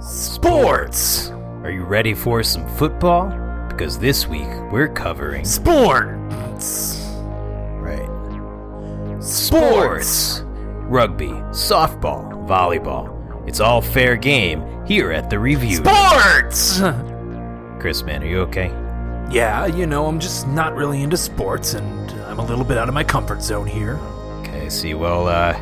Sports! Are you ready for some football? Because this week we're covering Sports! right Sports! rugby, softball, volleyball. It's all fair game here at the review. Sports! Chris, man, are you okay? Yeah, you know, I'm just not really into sports and I'm a little bit out of my comfort zone here. Okay, I see. Well, uh, I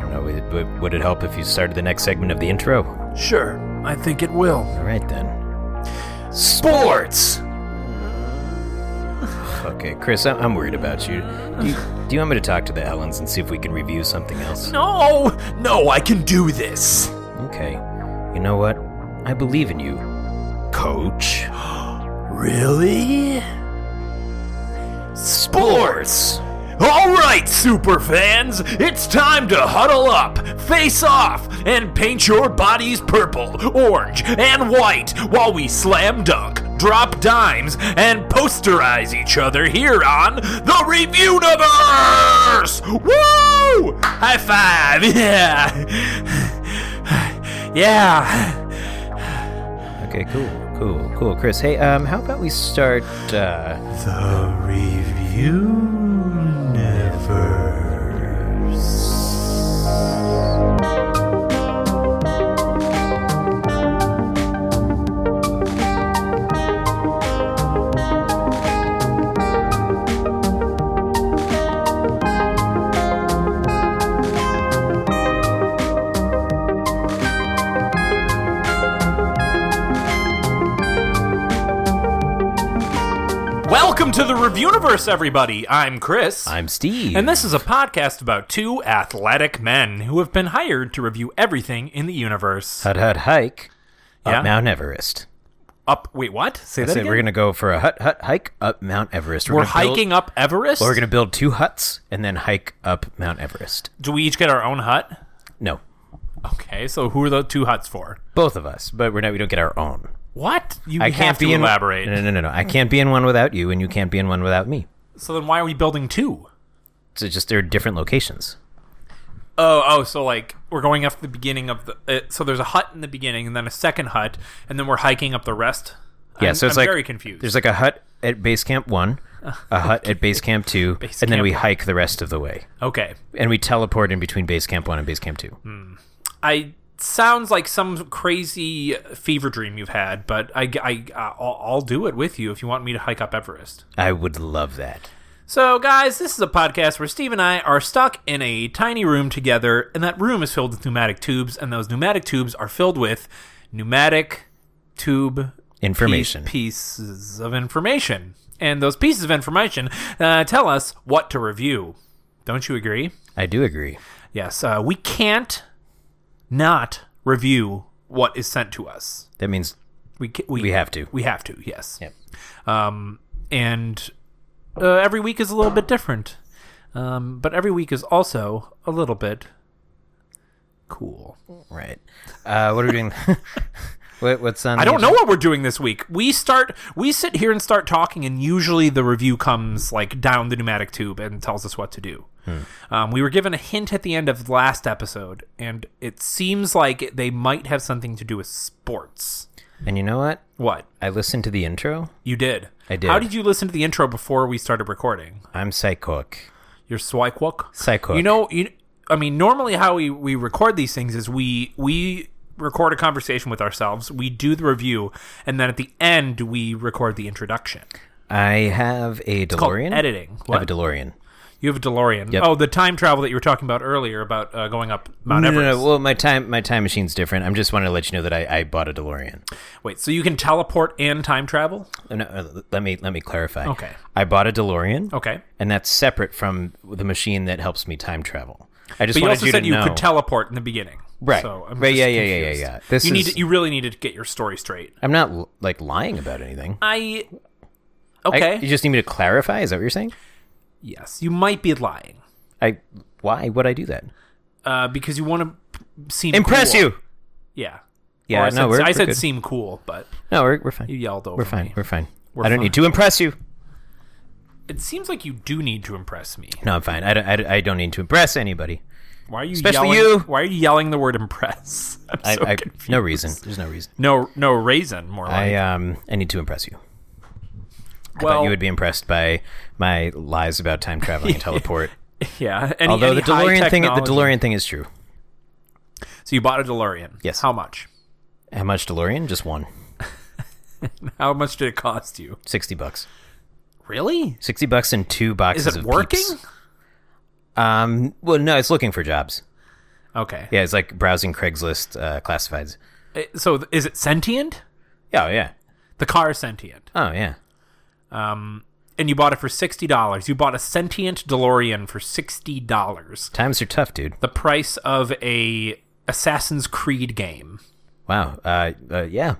don't know. Would, would- would it help if you started the next segment of the intro? Sure, I think it will. All right then. Sports! Okay, Chris, I- I'm worried about you. Do, you. do you want me to talk to the Ellens and see if we can review something else? No! No, I can do this! Okay. You know what? I believe in you, Coach. Really? Sports! Alright, super fans! It's time to huddle up, face off, and paint your bodies purple, orange, and white while we slam dunk, drop dimes, and posterize each other here on The Review Universe! Woo! High five! Yeah! Yeah! Okay, cool, cool, cool, Chris. Hey, um, how about we start? Uh, The Review Universe. Welcome to the Review Universe, everybody. I'm Chris. I'm Steve. and this is a podcast about two athletic men who have been hired to review everything in the universe. hut hut hike Yeah? up Mount Everest. Up, wait, what? Say That's that it. again. We're gonna go for a hut hut hike up Mount Everest. We're gonna build- hiking up Everest. we're gonna build two huts and then hike up Mount Everest. Do we each get our own hut? No, Okay, so who are the two huts for? both of us, but we're not. We don't get our own. What? You I have can't to be in, elaborate. No, no, no, no. I can't be in one without you, and you can't be in one without me. So then, why are we building two? So just they're different locations. Oh, oh, so like we're going up the beginning of the. Uh, so there's a hut in the beginning, and then a second hut, and then we're hiking up the rest. Yeah, I'm, so it's I'm like very confused. There's like a hut at base camp one, a hut at base camp two, Base and then camp we one. hike the rest of the way. okay, and we teleport in between base camp one and base camp two. Mm. I sounds like some crazy fever dream you've had, but I, I, uh, I'll, I'll do it with you if you want me to hike up Everest. I would love that. So, guys, this is a podcast where Steve and I are stuck in a tiny room together, and that room is filled with pneumatic tubes, and those pneumatic tubes are filled with pneumatic tube Information. piece- pieces of information. And those pieces of information uh, tell us what to review. Don't you agree? I do agree. Yes, uh, we can't not review what is sent to us. That means We, ca- we We have to. We have to. Yes. Yep. Um, and uh, every week is a little bit different, um, but every week is also a little bit cool. right. Uh, what are we doing? what, what's on? I don't know what we're doing this week. We start. We sit here and start talking, and usually the review comes like down the pneumatic tube and tells us what to do. Um, we were given a hint at the end of last episode, and it seems like they might have something to do with sports. And you know what? What I listened to the intro. you did? I did. How did you listen to the intro before we started recording? I'm psychoic. Your Swyquok? Psychoic. You know, you, I mean, normally how we, we record these things is we we record a conversation with ourselves, we do the review, and then at the end we record the introduction. I have a Called DeLorean. editing. I have a What? DeLorean. you have a DeLorean. Yep. Oh, the time travel that you were talking about earlier about uh, going up Mount No, no, Everest. no. Well, my time my time machine's different. I'm just wanting to let you know that I, I bought a DeLorean. Wait, so you can teleport and time travel? Uh, No, uh, let me let me clarify. Okay. I bought a DeLorean. Okay. And that's separate from the machine that helps me time travel. I But just you wanted also you said to you know. could teleport in the beginning. Right. So I'm Right, just yeah, yeah, yeah, yeah, confused. yeah. This you need is- to, you really needed to get your story straight. I'm not l- like lying about anything. I I- Okay. you just need me to clarify. Is that what you're saying? yes, you might be lying. I. Why would I do that? uh, because you want to seem Impress cool. you. Yeah, Or Yeah. I no, said, we're. I we're said good. seem cool, but No, we're, we're fine. you yelled over. We're fine. me. We're fine. We're I don't fine. need to impress you. It seems like you do need to impress me. No, I'm fine. I don't. I, don't- I don't need to impress anybody. Why are you Especially yelling? you. Why are you yelling the word impress? I'm I, so I, confused. no reason. There's no reason. No, no raisin. More like. I um I need to impress you. I well, thought you would be impressed by my lies about time traveling and teleport. yeah. Any, Although any the high DeLorean thing, the technology- DeLorean thing is true. So you bought a DeLorean. Yes. How much? How much DeLorean? Just one. How much did it cost you? Sixty bucks. Really? Sixty bucks and two boxes Is it of working? Peeps. Um. Well, no, it's looking for jobs. Okay. Yeah, it's like browsing Craigslist uh, classifieds. Uh, So th- is it sentient? Yeah, oh, yeah. The car is sentient. Oh, yeah. Um, and you bought it for sixty dollars. You bought a sentient DeLorean for sixty dollars. Times are tough, dude. The price of a Assassin's Creed game. Wow. Uh, uh yeah.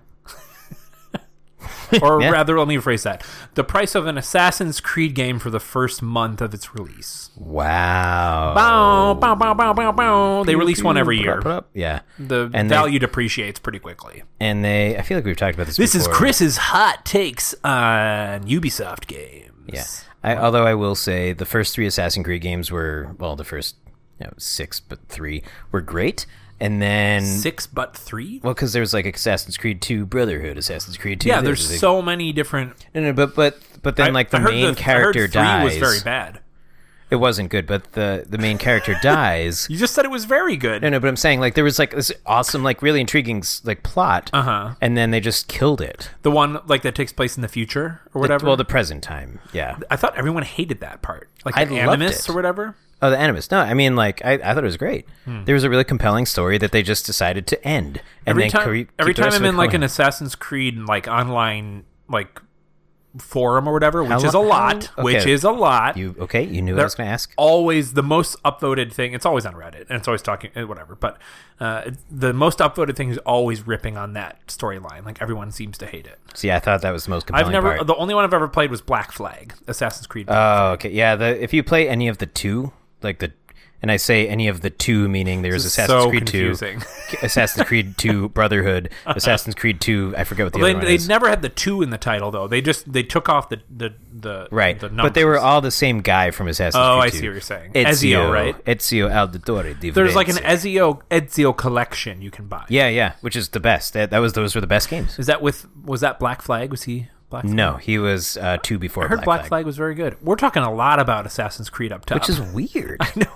Or Yeah. rather, let me rephrase that. The price of an Assassin's Creed game for the first month of its release. Wow. Bow, bow, bow, bow, bow, bow. They release one every year. Yeah. The And they- value depreciates pretty quickly. And they, I feel like we've talked about this. This is before. Chris's hot takes on Ubisoft games. Yeah. I, although I will say the first three Assassin's Creed games were, well, the first you know, six, but three were great. And then, Six but three? well, because there was like Assassin's Creed Two Brotherhood, Assassin's Creed Two. yeah, this, there's this- so many different. no, no, but but but then I- like the I heard main I heard character three dies. was very bad. It wasn't good, but the the main character dies. You just said it was very good. No, no, but I'm saying like there was like this awesome, like really intriguing s- like plot, Uh-huh. and then they just killed it. The one like that takes place in the future or whatever. Well, the present time, yeah. I thought everyone hated that part, like I the loved animus it. or whatever. Oh, the Animus. No, I mean like I, I thought it was great. There was a really compelling story that they just decided to end, and Hmm. Every then time, cre- keep every the rest time of I'm it in like an going. Assassin's Creed like online like forum or whatever, which How is a lo- lot, how- which okay. is a lot. you okay? You knew what I They're was going to ask. Always the most upvoted thing. It's always on Reddit, and it's always talking eh, whatever. But uh, it- the most upvoted thing is always ripping on that storyline. Like everyone seems to hate it. See, I thought that was the most compelling I've never. part. The only one I've ever played was Black Flag, Assassin's Creed. oh, okay, yeah. The, if you play any of the two, like the, and I say any of the two, meaning there's is Assassin's so Creed confusing. Two, Assassin's Creed Two Brotherhood, Assassin's Creed Two. I forget what the they, other one they is. never had the two in the title though. They just they took off the the the Right, The but they were numbers. all the same guy from Assassin's Oh, I Creed 2. see what you're saying. Ezio, Ezio, right? Ezio Auditore. Di There's like an Firenze. Ezio Ezio collection you can buy. yeah, yeah, which is the best. That, that was those were the best games. Is that with was that Black Flag? Was he Black? Flag? No, he was uh, two before I heard Black, Black, Flag. was very good. We're talking a lot about Assassin's Creed up top. which is weird. no,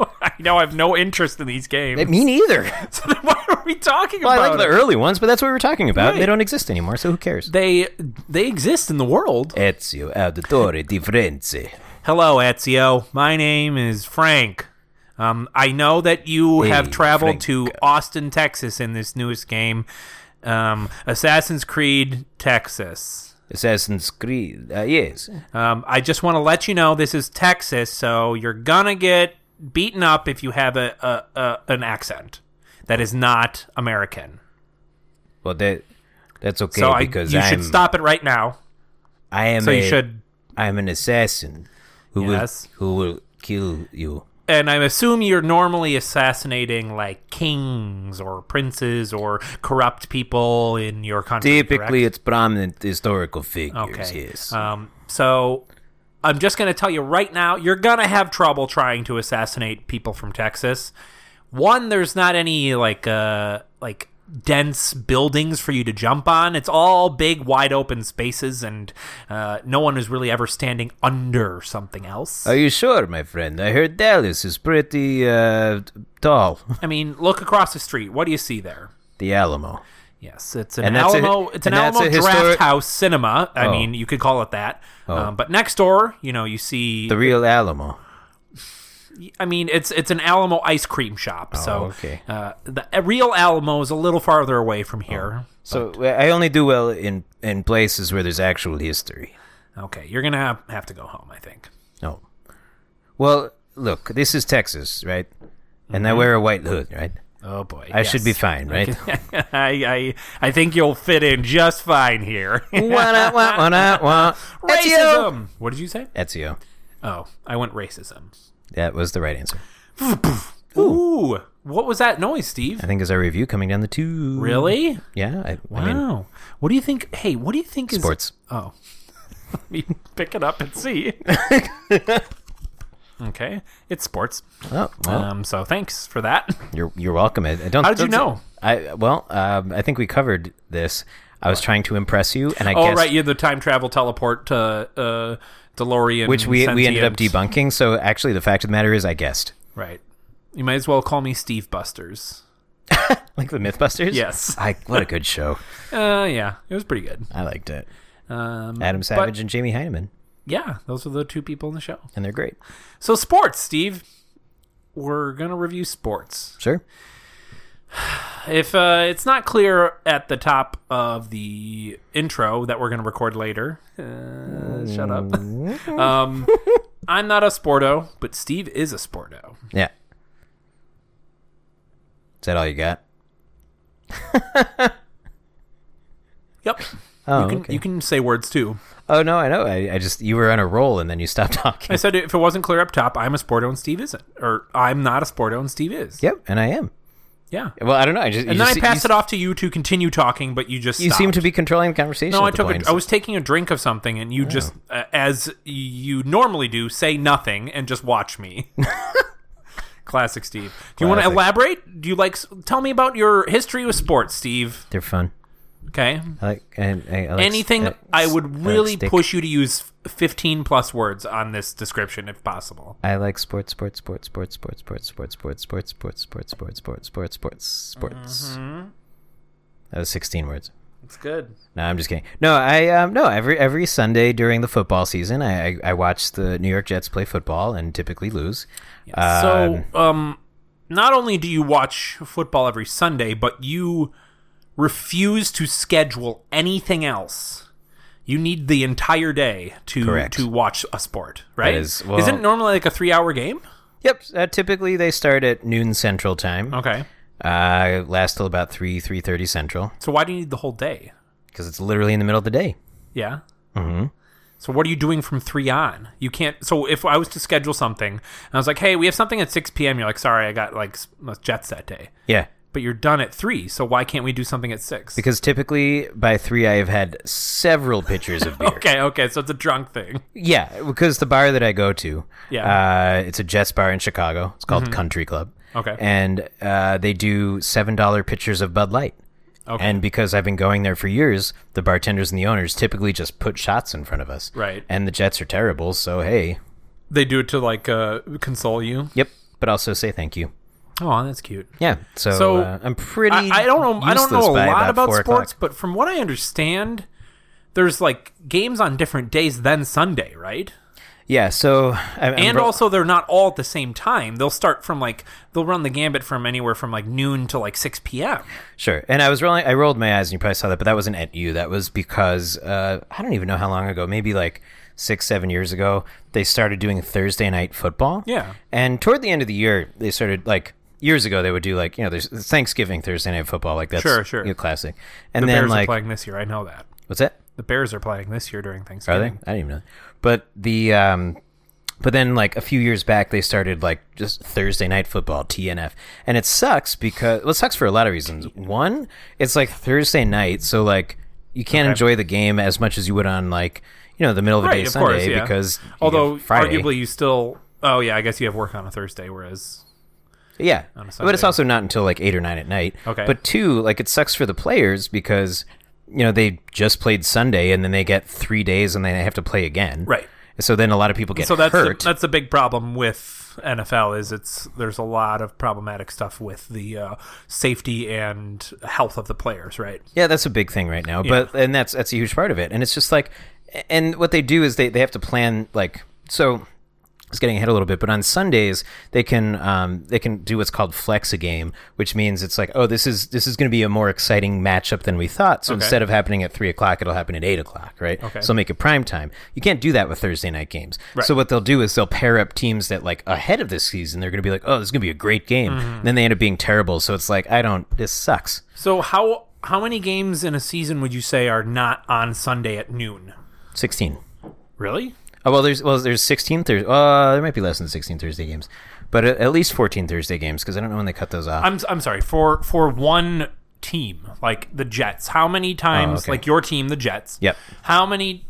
I know I have no interest in these games. Me neither. so then why are we talking Well, I about like the it? early ones, but that's what we were talking about. Right. They don't exist anymore, so who cares? They they exist in the world. Ezio Auditore di Firenze. Hello, Ezio. My name is Frank. Um, I know that you Hey, have traveled Frank. to Austin, Texas, in this newest game, um, Assassin's Creed Texas. Assassin's Creed. Uh, yes. Um, I just want to let you know this is Texas, so you're gonna get beaten up if you have a, a, a an accent that is not American. Well, that that's okay so I, because you I'm, should stop it right now. I am. So you a- should, I am an assassin who Yes. will who will kill you. and I assume you're normally assassinating like kings or princes or corrupt people in your country. Typically, correct? it's prominent historical figures. okay. Yes. Um, so. I'm just going to tell you right now, you're going to have trouble trying to assassinate people from Texas. one there's not any like uh like dense buildings for you to jump on it's all big wide open spaces and uh, no one is really ever standing under something else Are you sure, my friend? I heard Dallas is pretty uh, tall. i mean look across the street what do you see there The Alamo. yes it's an And that's a- alamo it's an and that's alamo a draft historic- house cinema i Oh. mean you could call it that um, but next door you know you see The real Alamo. I mean, it's it's an Alamo ice cream shop. so Oh, okay. uh, the a real Alamo is a little farther away from here. So I only do well in in places where there's actual history. Okay, you're gonna have, have to go home. I think. No. Well, look, this is Texas, right? And I Mm-hmm. wear a white hood, right? Oh boy, I should be fine, right? I, I I think you'll fit in just fine here. Wah-da, wah, wah-da, wah. Ezio. racism. What did you say? Ezio. Oh, I went racism. That was the right answer. Ooh, what was that noise, Steve? I think is our review coming down the two. Really? Yeah. I, Wow. I mean, what do you think? Hey, what do you think is sports. Oh, let me pick it up and see. okay, it's sports. Oh, well, Um, so thanks for that. Oh, you're you're welcome. I, I don't. How did you don't- know? I well, um, I think we covered this. I was trying to impress you, and I Oh guess right, yeah, the time travel teleport to uh, DeLorean, which we we ended up sentient. debunking. So actually, the fact of the matter is, I guessed. Right. You might as well call me Steve Busters. Like the MythBusters. Yes. I what a good show. Uh, yeah, it was pretty good. I liked it. Um, Adam Savage and Jamie Heineman, yeah, those are the two people in the show. and they're great. So sports, Steve. We're gonna review sports. Sure. If uh, it's not clear at the top of the intro that we're gonna record later, uh, shut up. Mm-hmm. um, I'm not a sporto, but Steve is a sporto. Yeah. Is that all you got? Yep. Oh, you can okay. you can say words too. oh no, I know. I, I just you were on a roll, and then you stopped I talking. said if it wasn't clear up top, I'm a sporto and Steve isn't, or I'm not a sporto and Steve is. yep, and I am. Yeah. Well, I don't know. I just you And then just, I passed you, it off to you to continue talking, but you just You stopped. seem to be controlling the conversation. No, at I the took. point. A, I was taking a drink of something, and you just, uh, as you normally do, say nothing and just watch me. Classic Steve. Do you want to Classic. elaborate? Do you like? s- Tell me about your history with sports, Steve. They're fun. Okay. I like, I, I, I like Anything I, I would really stick. push you to use fifteen plus words on this description, if possible. I like sports, sports, sports, sports, sports, sports, sports, sports, sports, sports, sports, sports, sports, sports, sports, sports. Mm-hmm. That was sixteen words. It's good. No, I'm just kidding. No, I um, no every every Sunday during the football season, I I, I watch the New York Jets play football and typically lose. So, Um, um, not only do you watch football every Sunday, but you refuse to schedule anything else. You need the entire day to Correct. to watch a sport, right? is- well- Isn't it normally like a three hour game? yep. Uh, typically, they start at noon Central time. Okay, Uh, last till about three three thirty Central so why do you need the whole day? because it's literally in the middle of the day. Yeah. Mm-hmm. So what are you doing from three on? You can't. So if I was to schedule something, and I was like, "Hey, we have something at six p.m." You're like, "Sorry, I got like s- jets that day." Yeah, But you're done at three, so why can't we do something at six? because typically by three, I have had several pitchers of beer. okay, okay, so it's a drunk thing. Yeah, because the bar that I go to, Yeah. Mm-hmm. uh, it's a Jets bar in Chicago. It's called Country Club. Okay. and uh, they do seven dollar pitchers of Bud Light. Okay. And because I've been going there for years, the bartenders and the owners typically just put shots in front of us. Right. And the Jets are terrible, so hey. They do it to like uh, console you. Yep. But also say thank you. Oh, that's cute. Yeah. So, So, uh, I'm pretty. I, I don't know. I don't know useless a by lot about, four sports, o'clock. but from what I understand, there's like games on different days than Sunday, right? Yeah. So I, I'm And bro- also, they're not all at the same time. They'll start from like they'll run the gambit from anywhere from like noon to like six p.m. Sure. And I was rolling. I rolled my eyes, and you probably saw that, but that wasn't at you. That was because uh, I don't even know how long ago. Maybe like six, seven years ago, they started doing Thursday night football. Yeah. And toward the end of the year, they started like years ago. They would do like you know, there's Thanksgiving Thursday night football. Like that's Sure, sure. you know, classic. And The then Bears are like playing this year. I know that what's that? the Bears are playing this year during Are Thanksgiving. they? I didn't even know. But the um, but then like a few years back, they started like just Thursday night football TNF, and it sucks because well, it sucks for a lot of reasons. One, it's like Thursday night, so like you can't enjoy the game as much as you would on like you know the middle of the Right, day of Sunday course, yeah. because you Although have Friday. arguably, you still. Oh yeah, I guess you have work on a Thursday, whereas Yeah, Sunday. but it's also not until like eight or nine at night. Okay. But two, like it sucks for the players because you know they just played Sunday and then they get three days and then they have to play again. Right. So then a lot of people get so that's the, hurt. that's the big problem with NFL is it's there's a lot of problematic stuff with the uh, safety and health of the players, right? Yeah, that's a big thing right now. But and that's that's a huge part of it. And it's just like and what they do is they, they have to plan like so it's getting ahead a little bit, but on Sundays they can um, they can do what's called flex a game, which means it's like, oh, this is this is going to be a more exciting matchup than we thought. So instead of happening at three o'clock, it'll happen at eight o'clock, right? Okay. So make it prime time. You can't do that with Thursday night games. So what they'll do is they'll pair up teams that like ahead of this season, they're going to be like, oh, this is going to be a great game. And then they end up being terrible. So it's like, I don't. This sucks. So how how many games in a season would you say are not on Sunday at noon? Sixteen. Really? Oh, well, there's well, there's 16 Thursday. Uh, there might be less than 16 Thursday games, but at, at least 14 Thursday games because I don't know when they cut those off. I'm I'm sorry for for one team like the Jets. How many times Oh, okay. like your team, the Jets? Yep. How many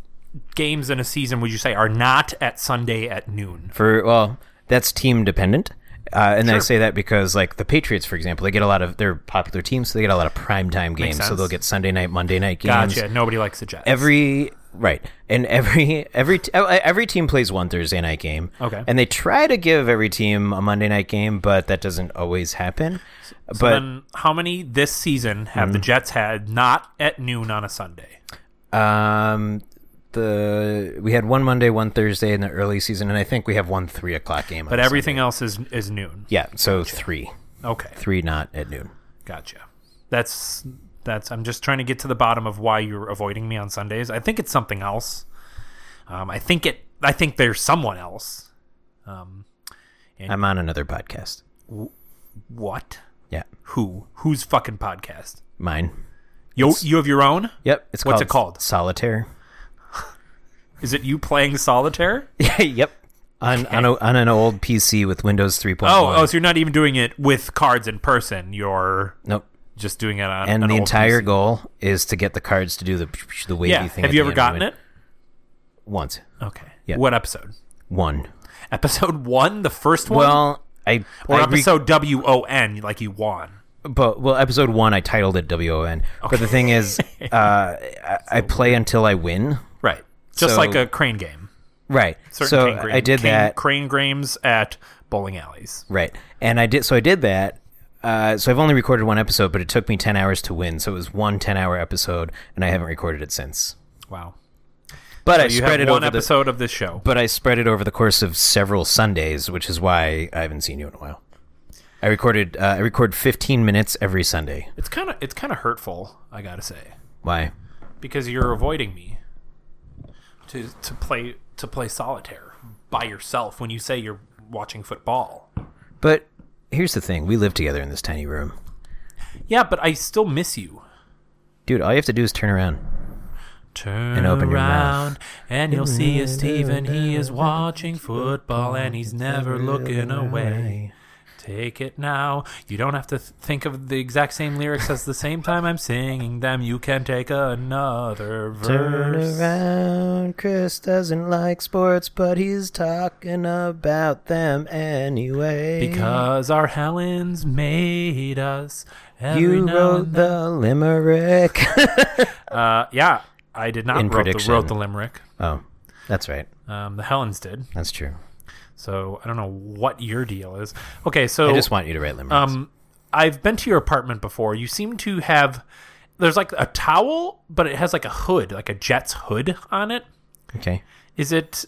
games in a season would you say are not at Sunday at noon? For well, that's team dependent, Uh, and I say that because, like the Patriots, for example, they get a lot of they're popular teams, so they get a lot of primetime games. So sense. they'll get Sunday night, Monday night games. Gotcha. Nobody likes the Jets. Every right, and every every t- uh, every team plays one Thursday night game. Okay. and they try to give every team a Monday night game, but that doesn't always happen. but Hmm. then how many this season have the Jets had not at noon on a Sunday? Um, the we had one Monday, one Thursday in the early season, and I think we have one three o'clock game. on But Sunday. everything else is is noon. yeah, so three, Okay, three not at noon. gotcha. That's that's. I'm just trying to get to the bottom of why you're avoiding me on Sundays. I think it's something else. Um, I think it. I think there's someone else. Um, I'm on another podcast. what? Yeah, Who? Whose fucking podcast? mine. You you have your own? Yep, it's What's called it called? Solitaire. Is it you playing solitaire? yep, on on, a, on an old PC with Windows 3.1. Oh, oh, so you're not even doing it with cards in person. You're nope. just doing it on And an the old entire PC. goal is to get the cards to do the the wavy yeah. thing. Have at you the ever end. gotten We it? went- once? Okay. Yeah. What episode? One. Episode one, the first one, Well, I or I re- episode W O N, like you won. but well episode one i titled it won but the thing is uh, I, I play until i win Right. Just So- like a crane game. right Certain so crane game. i did Cane- that Crane games at bowling alleys. right and i did so i did that uh, so i've only recorded one episode but it took me 10 hours to win so it was one 10 hour episode and i haven't recorded it since Wow. but i So you spread have it one over the episode of this show. but i spread it over the course of several sundays which is why i haven't seen you in a while i recorded uh, i record 15 minutes every sunday It's kind of it's kind of hurtful, I gotta say, why because you're avoiding me to to play to play solitaire by yourself when you say you're watching football. but here's the thing we live together in this tiny room Yeah, but I still miss you. dude all you have to do is turn around Turn open your mouth. around and you'll see a Steven. He is watching football and he's never looking away. Take it now. You don't have to th- think of the exact same lyrics as the same time I'm singing them. You can take another Turn verse. around. Chris doesn't like sports, but he's talking about them anyway. Because our Helens made us. Every you now wrote and then. the limerick. Uh, yeah, I did not In wrote the, prediction. wrote the limerick. oh, that's right. Um, the Helens did. That's true. So I don't know what your deal is. Okay, so I just want you to write limericks. Um, I've been to your apartment before. You seem to have there's like a towel, but it has like a hood, like a Jets hood on it. okay. Is it?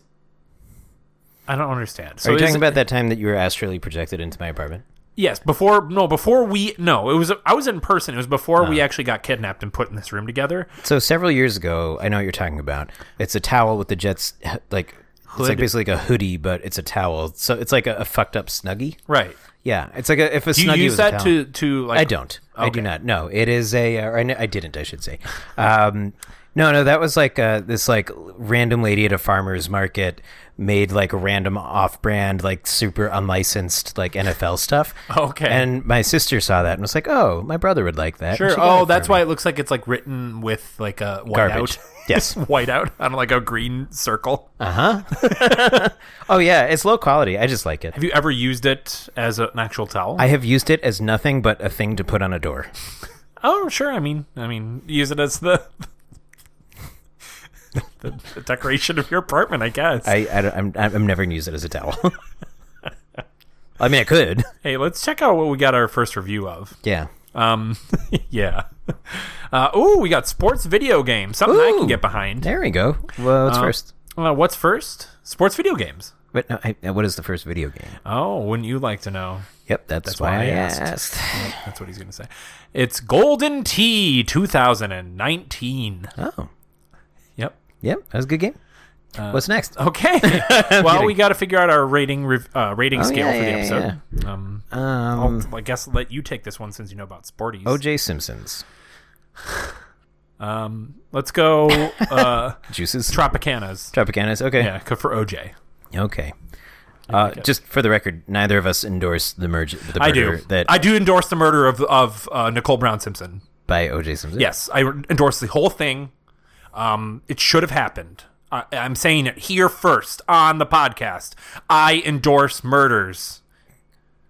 I don't understand. So Are you is talking it- about that time that you were astrally projected into my apartment? yes? Before no, before we no, it was I was in person. It was before Oh. we actually got kidnapped and put in this room together. So several years ago, I know what you're talking about. It's a towel with the Jets, like it's Hood. like basically like a hoodie, but it's a towel. So it's like a, a fucked up snuggie. Right? Yeah, it's like a, if a Do you snuggie use was a that towel. to to like? I don't. I do not. No, it is a. uh, Or I, kn- I didn't. I should say. Um, no, no, that was like uh, this like random lady at a farmer's market made like random off-brand like super unlicensed like NFL stuff. Okay. And my sister saw that and was like, "Oh, my brother would like that." and Sure. she got it Oh, for that's me. why it looks like it's like written with like a whiteout. Garbage. Uh. Yes. whiteout on like a green circle. Oh yeah, it's low quality. I just like it. Have you ever used it as a- an actual towel? I have used it as nothing but a thing to put on a door. Oh, sure. I mean, I mean, use it as the the, the decoration of your apartment, I guess. I, I don't- I'm I'm never gonna use it as a towel. I mean, I could. hey, let's check out what we got our first review of. Yeah. Um, yeah. Uh, ooh, we got sports video games. Something I can Ooh. get behind. There we go. Well, what's first? Uh, what's first? Sports video games. But no, I, what is the first video game? Oh, wouldn't you like to know? Yep, that's, why I asked. That's what he's going to say. It's Golden Tea 2019. Oh, Yep. yep, that was a good game. Uh, What's next? Okay. well, we got to figure out our rating rev- uh, rating scale Oh, yeah, for the yeah, episode. Um, Um, I'll, I guess I'll let you take this one since you know about sporties. O.J. Simpson's Um, let's go uh, Juices. Tropicanas. Tropicanas. Okay. Yeah, co- for OJ. Okay. Uh, just for the record, neither of us endorse the merge. The I do. murder that I do endorse the murder of of uh, Nicole Brown Simpson. by O.J. Simpson. Yes, I endorse the whole thing. Um, it should have happened. I, I'm saying it here first on the podcast. I endorse murders.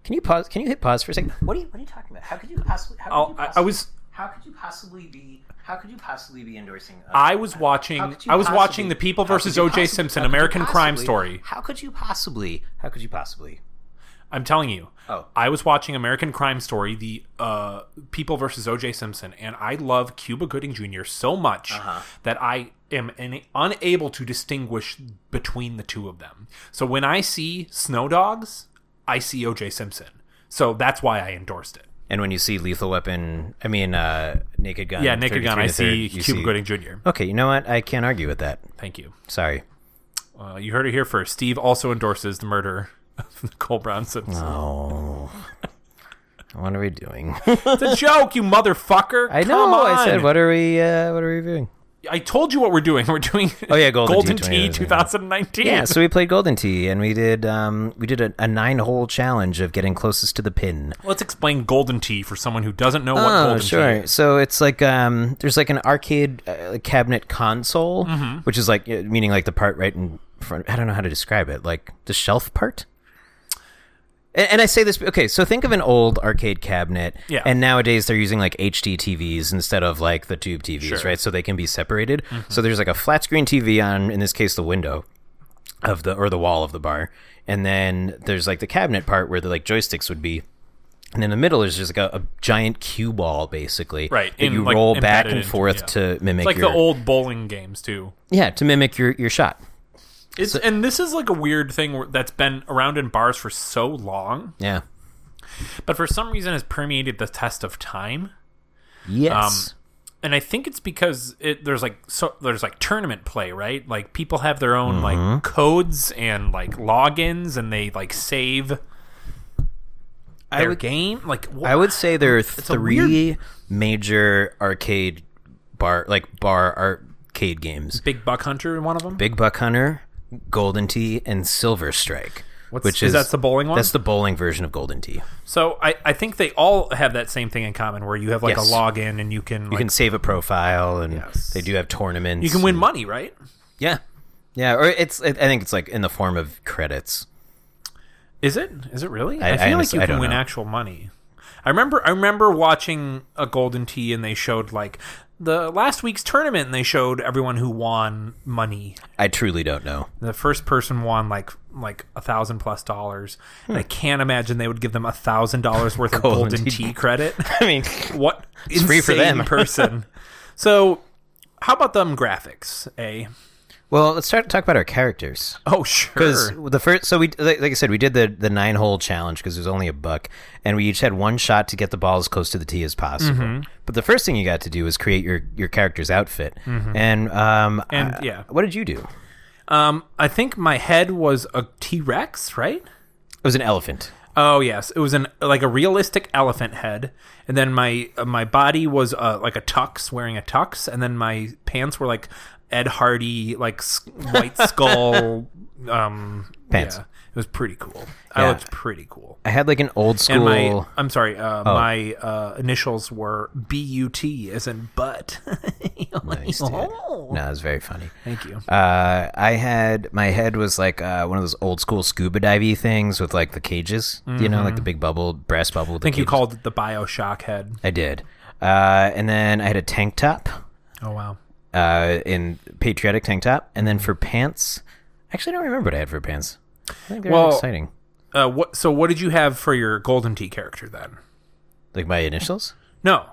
Can you pause? Can you hit pause for a second? What are you What are you talking about? How could you possibly? How Oh, could you I, possibly I was How could you possibly be? How could you possibly be endorsing? uh, I was watching how could you I was possibly- watching The People how could versus you O.J. possibly- Simpson, how could you American Crime possibly- Story. How could you possibly? How could you possibly? I'm telling you. Oh. I was watching American Crime Story, the uh, People versus O.J. Simpson, and I love Cuba Gooding Jr. so much Uh-huh. that I am in, unable to distinguish between the two of them. So when I see Snow Dogs, I see O.J. Simpson. So that's why I endorsed it. And when you see Lethal Weapon, I mean uh, Naked Gun. Yeah, Naked Gun, 33 I to 30, see you Cuba Gooding Jr. Okay, you know what? I can't argue with that. Thank you. Sorry. Uh, you heard it here first. Steve also endorses the murder of Nicole Brown Simpson. Oh. What are we doing? It's a joke, you motherfucker. I know. Come on. I said, what are we? Uh, what are we doing? I told you what we're doing. We're doing Oh, yeah, Golden Tee Tee 2019. 2019. Yeah. So we played Golden Tee, and we did um, we did a, a nine hole challenge of getting closest to the pin. Let's explain Golden Tee for someone who doesn't know what Oh, Golden Tee sure. is. So it's like um, there's like an arcade uh, cabinet console, Mm-hmm. which is like uh, meaning like the part right in front. I don't know how to describe it, like the shelf part. And, and I say this okay. So think of an old arcade cabinet, Yeah. And nowadays they're using like HD TVs instead of like the tube TVs, right? So they can be separated. Mm-hmm. So there's like a flat screen TV on, in this case, the window of the or the wall of the bar, and then there's like the cabinet part where the like joysticks would be. And in the middle is just like a, a giant cue ball, basically. Right, That in, you like, roll back embedded and into- forth yeah. to mimic It's like your the old bowling games too. yeah to mimic your your shot. It's and this is like a weird thing where- that's been around in bars for so long, Yeah. but for some reason has permeated the test of time. Yes. and I think it's because it, there's like so there's like tournament play, right? Like people have their own Mm-hmm. like codes and like logins, and they like save I their would- game. Like wh- I would say there are a three major arcade bar like bar arcade games: Big Buck Hunter in one of them. Big Buck Hunter, Golden Tee, and Silver Strike. What's- which is is, that's the bowling one? That's the bowling version of Golden Tee. so I, I think they all have that same thing in common, where you have like Yes. a login and you can like, You can save a profile, and Yes. they do have tournaments. you can win money, right? Yeah, yeah. Or it's I think it's like in the form of credits. Is it? Is it really? I, I- I feel like honestly- you I can don't win know. actual money. I remember I remember watching a Golden Tee and they showed like the last week's tournament and they showed everyone who won money. I truly don't know. The first person won like like a thousand plus dollars. And I can't imagine they would give them a thousand dollars worth of Hmm. Golden Golden Tee. Tee credit. I mean, What it's free for them. person. So how about them graphics, eh? well, let's start to talk about our characters Oh because sure. the first. So we, like, like I said, we did the the nine hole challenge because it was only a buck, and we each had one shot to get the ball as close to the tee as possible. Mm-hmm. But the first thing you got to do was create your your character's outfit, and um, Mm-hmm. And, I- yeah. what did you do? It Um I think my head was a T Rex, right? was an elephant. Oh yes, it was an like a realistic elephant head, and then my uh, my body was uh, like a tux, wearing a tux, and then my pants were like Ed Hardy, like s- white skull um, Pants. yeah. It was pretty cool. I Yeah. looked pretty cool. I had like an old school. And my I'm sorry, uh, Oh. my uh, initials were B U T, as in butt. Nice, dude. Oh. No, it was very funny. Thank you. Uh, I had my head was like uh, one of those old school scuba divey things with like the cages, you know, like the big bubble, brass bubble. with Mm-hmm. I think the you cages. called it the Bioshock head. I did, uh, and then I had a tank top, Oh wow. uh, in patriotic tank top, and then for pants, actually I don't remember what I had for pants. I think they were Well- exciting, Uh, what? So what did you have for your Golden Tee character then? like my initials. No,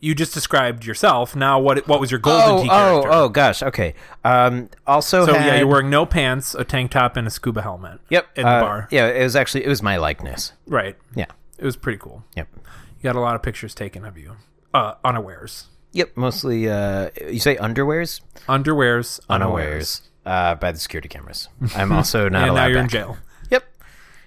you just described yourself. Now, what what was your golden Oh, tee oh, character? oh, gosh. Okay. Um, also, So yeah, had- you're wearing no pants, a tank top, and a scuba helmet. Yep. at uh, the bar. Yeah, it was actually it was my likeness. Right. Yeah. It was pretty cool. Yep. You got a lot of pictures taken of you, uh, unawares, Yep. Mostly, uh, you say underwears. underwears, unawares, unawares uh, by the security cameras. I'm also not and allowed now you're in back. jail. Yep.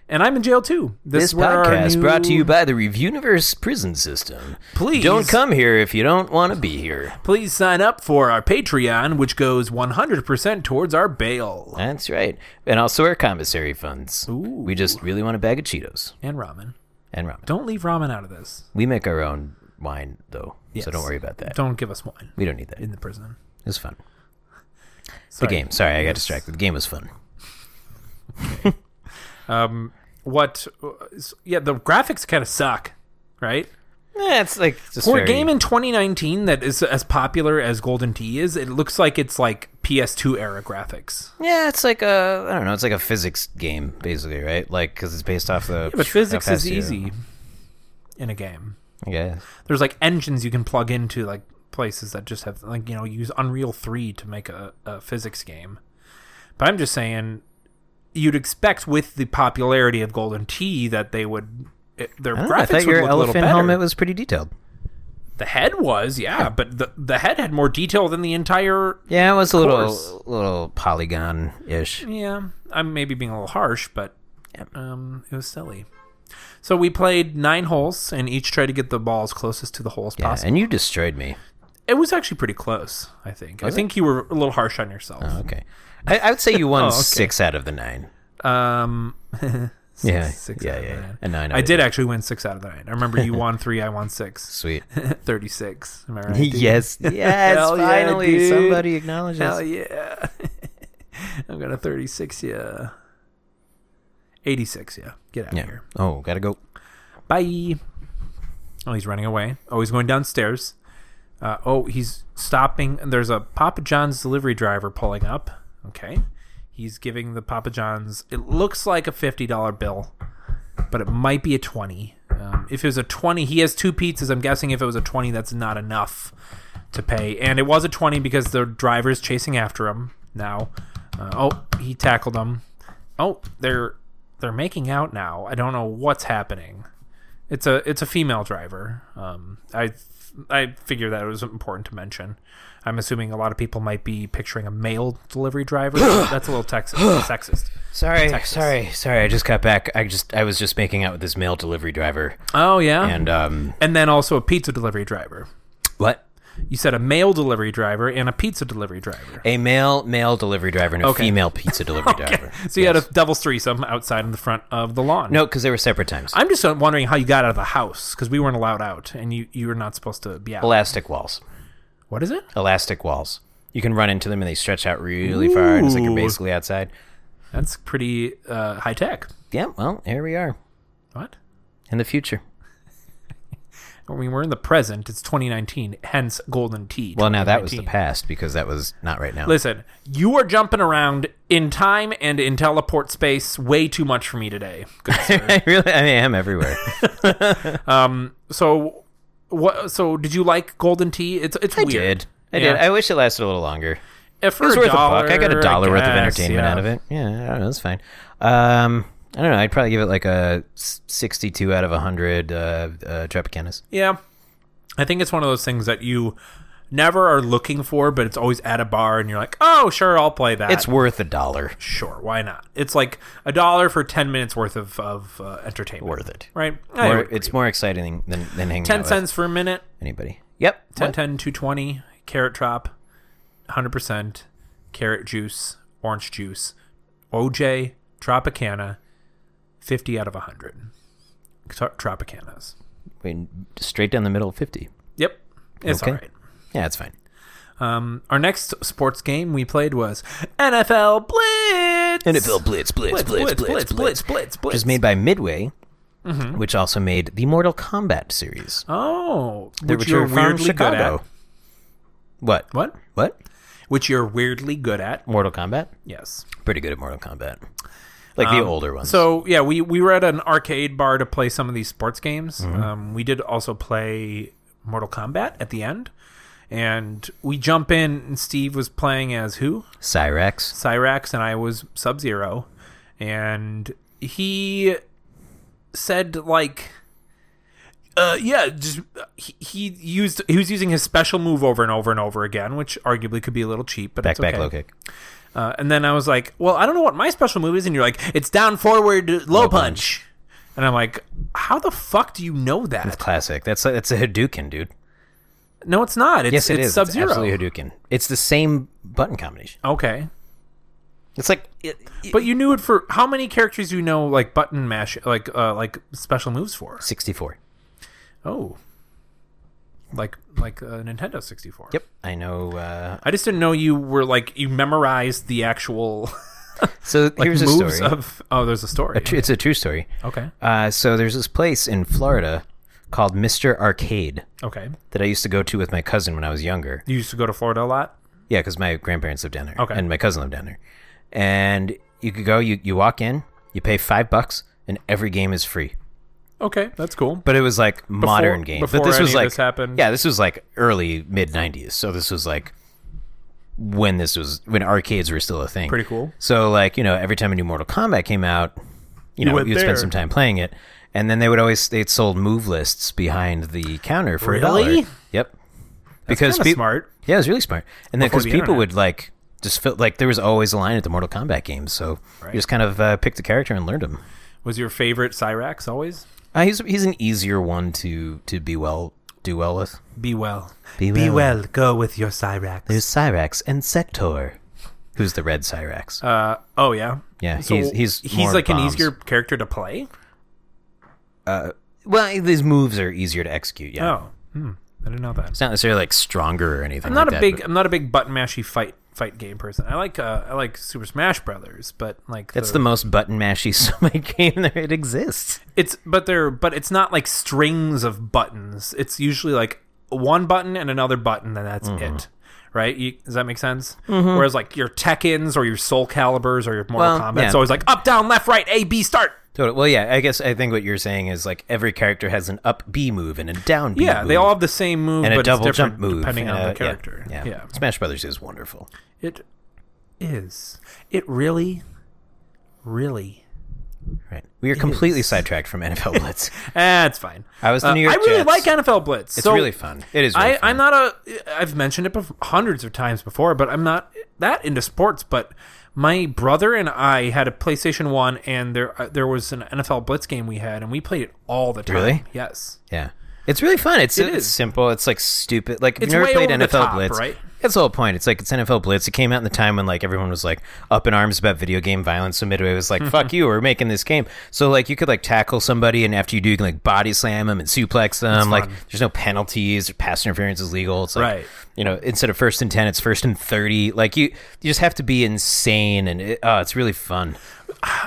And I'm in jail too. This is where our podcast new- brought to you by the Reviewniverse prison system. Please. don't come here if you don't want to be here. Please sign up for our Patreon, which goes 100% towards our bail That's right. And also our commissary funds. We just really want a bag of Cheetos and ramen. and ramen. Don't leave ramen out of this. We make our own wine though, Yes. so don't worry about that. Don't give us wine We don't need that. in the prison. It's fun. Sorry. The game. Sorry, I got distracted. The game was fun. Um, what yeah the graphics kind of suck right Yeah, it's like just for a very- game in 2019 that is as popular as golden Tee is it looks like it's like ps2 era graphics Yeah, it's like a I don't know. It's like a physics game, basically, right? Like because it's based off the. but physics how is fast you- easy in a game Yeah, there's like engines you can plug into like places that just have like you know use unreal 3 to make a, a physics game but i'm just saying you'd expect with the popularity of golden Tee that they would it, their I, don't know, Ah, I graphics thought would look your a little elephant better. helmet was pretty detailed. The head was, yeah, but the the head had more detail than the entire. Yeah, it was a course. little little polygon ish. Yeah, I'm maybe being a little harsh, but um, it was silly. So we played nine holes and each tried to get the balls closest to the holes Yeah, possible. and you destroyed me. It was actually pretty close, I think. I think you were a little harsh on yourself. Oh, Okay, I, I would say you won okay. six out of the nine. Um, six, Yeah, six yeah, out of yeah, the yeah. nine. A nine. out I of did the- actually win six out of the nine. I remember you won three, I won six. Sweet. 36. Am I right? dude? yes. Yes. Hell yeah, finally, dude. somebody acknowledges. Hell yeah. I'm gonna 36 yeah. 86 yeah. Get out yeah. of here. Oh, gotta go. Bye. Oh, he's running away. Oh, he's going downstairs. Uh, oh, he's stopping. There's a Papa John's delivery driver pulling up. Okay. He's giving the Papa John's. It looks like a $50 bill, but it might be a 20. Um, if it was a 20, he has two pizzas. I'm guessing if it was a 20, that's not enough to pay. And it was a 20 because the driver's chasing after him now. Uh, oh, he tackled him. Oh, they're they're making out now. I don't know what's happening. It's a it's a female driver. Um, I I figure that it was important to mention. I'm assuming a lot of people might be picturing a male delivery driver. That's a little Texas sexist. Sorry. Sorry. Sorry. I just got back. I just. I was just making out with this mail delivery driver, Oh yeah, and, and um. then also a pizza delivery driver. What? You said a male delivery driver and a pizza delivery driver. A male male delivery driver and a Okay. female pizza delivery driver. So you had a devil's threesome outside in the front of the lawn. No, because they were separate times. I'm just wondering how you got out of the house because we weren't allowed out, and you you were not supposed to be out. Elastic walls. What is it? Elastic walls. You can run into them and they stretch out really far, and it's like you're Ooh. basically outside. That's pretty uh, high tech. Yeah. Well, here we are What? in the future. I mean, we're in the present. It's 2019, hence Golden Tea. Well, now that was the 2019. past because that was not right now. Listen, you are jumping around in time and in teleport space way too much for me today. Good sir. I really, I mean, I'm everywhere. so, what? So, did you like Golden Tea? It's it's I weird. did. I Yeah. did. I wish it lasted a little longer. If for It was a worth a dollar, buck. I got a dollar worth of guess, entertainment yeah. out of it. Yeah, I don't know. That's fine. Um, I don't know. I'd probably give it like a s- 62 out of 100 uh, uh, Tropicanas. Yeah, I think it's one of those things that you never are looking for, but it's always at a bar, and you're like, oh, sure, I'll play that. It's worth a dollar. sure, why not? It's like a dollar for ten minutes worth of of uh, entertainment. Worth it. right? I More, agree. it's more exciting than, than hanging out ten with cents for a minute. anybody. Yep. 10, 10, 220, carrot drop, 100%, carrot juice, orange juice, OJ, Tropicana, 50 out of 100. Tro- Tropicanas. I mean, straight down the middle, 50. Yep. It's Okay. all right. Yeah, it's fine. Um, our next sports game we played was NFL Blitz. NFL Blitz, Blitz, Blitz, Blitz, Blitz, Blitz, Mm-hmm. Blitz, Which is made by Midway, which also made the Mortal Kombat series, Oh, which which you're are from weirdly good Chicago. at. What? What? What? Which you're weirdly good at. Mortal Kombat? Yes. Pretty good at Mortal Kombat. Like the older ones. So yeah, we we were at an arcade bar to play some of these sports games. Mm-hmm. Um, we did also play Mortal Kombat at the end, and we jump in, and Steve was playing as who? Cyrex. Cyrax, and I was Sub Zero, and he said like. Uh, yeah, just he, he used he was using his special move over and over and over again, which arguably could be a little cheap, but Back, it's back, okay. low kick. Uh, and then I was like, well, I don't know what my special move is. And you're like, it's down forward low, punch. And I'm like, how the fuck do you know that? Classic. That's a, that's a Hadouken, dude. No, it's not. It's, Yes, it it's is. Sub It's Zero. absolutely Hadouken. It's the same button combination. Okay. It's like it, it- But you knew it for how many characters do you know like button mash like uh like special moves for? 64. Oh. Like like uh, Nintendo 64. Yep. I know. Uh, I just didn't know you were like you memorized the actual So here's a moves story. of oh, there's a story. Tr- It's a true story. okay, Uh, so there's this place in Florida called Mr. Arcade okay. that I used to go to with my cousin when I was younger. You used to go to Florida a lot. Yeah, because my grandparents lived down there. Okay. And my cousin lived down there. And you could go, you, you walk in, you pay five bucks, and every game is free. Okay, that's cool. But it was like modern game. before but this was any of like this happened? Yeah, this was like early mid '90s. So this was like when this was when arcades were still a thing. Pretty cool. So like you know, every time a new Mortal Kombat came out, you, know went you'd there. spend some time playing it, and then they would always they'd sold move lists behind the counter for a Really? dollar. Yep. because Kinda peop- smart. yeah, it was really smart. And then Before because the people internet. would like just feel like there was always a line at the Mortal Kombat games, so you just kind of uh, picked a character and learned him. Was your favorite Cyrax always? Uh, he's he's an easier one to to be well do well with. Be well. Be Go with your Cyrax. There's Cyrax and Sector, who's the red Cyrax. uh, oh yeah. yeah, he's he's he's more like an bombs. easier character to play. Well, these moves are easier to execute. Yeah, Oh, hmm. I didn't know that. it's not necessarily like stronger or anything. I'm not like a that, big but I'm not a big button mashy fight fight game person. I like uh, I like Super Smash Brothers, but like That's the most button mashy soulmate game that it exists. it's but they're but it's not like strings of buttons. It's usually like one button and another button, and that's Mm-hmm. it. Right? You, does that make sense? Whereas like your Tekken's or your Soul Calibers or your Mortal Well, Kombat, yeah. it's always like up, down, left, right, A, B, start. Totally. Well, yeah, I guess I think what you're saying is like every character has an up B move and a down B. Yeah, move they all have the same move, and but a double it's different jump move depending and on the a- yeah, character. Yeah, yeah, Smash Brothers is wonderful. it is. It really, really. Right. We are completely sidetracked from NFL Blitz. Ah, it's fine. I was the Uh, New York I really Jets. like NFL Blitz. It's really fun. It is. I, Really fun. I'm not a. I've mentioned it bef- hundreds of times before, but I'm not that into sports. But my brother and I had a PlayStation One, and there uh, there was an NFL Blitz game we had, and we played it all the time. Really? Yes. Yeah. It's really fun. It's, it's is. simple. It's like stupid. Like if It's you've never way played over the NFL top, Blitz, right? that's the whole point. It's like it's NFL Blitz. It came out in the time when like everyone was like up in arms about video game violence. So Midway was like, "Fuck you, we're making this game." So like you could like tackle somebody, and after you do, you can like body slam them and suplex them. Like there's no penalties. Pass interference is legal. It's like Right. you know instead of first and ten, it's first and thirty. Like you you just have to be insane, and it, oh, it's really fun.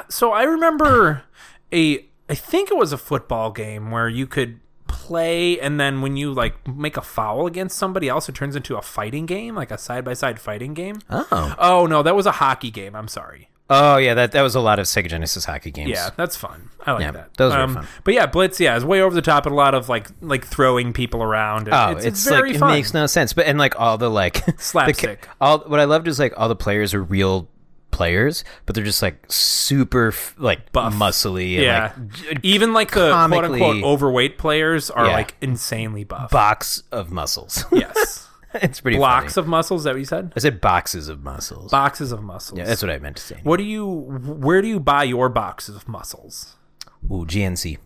So I remember a. I think it was a football game where you could play, and then when you like make a foul against somebody else, it turns into a fighting game, like a side by side fighting game. Oh, Oh no, that was a hockey game. I'm sorry. oh yeah, that that was a lot of Sega Genesis hockey games. Yeah, that's fun. I like Yeah, that. Um, those were fun. But yeah, Blitz, yeah, is way over the top and a lot of like like throwing people around. And Oh, it's, it's, very like fun. it makes no sense. But and like all the like the ca- Slapstick. all what I loved is like all the players are real players, but they're just like super f- like Buff. muscly and yeah, like even like the quote unquote comically- overweight players are Yeah. like insanely buff. box of muscles. yes, it's pretty blocks funny. of muscles. Is that what you said? I said boxes of muscles. Boxes of muscles. That's what I meant to say. what do you? Where do you buy your boxes of muscles? Ooh, GNC.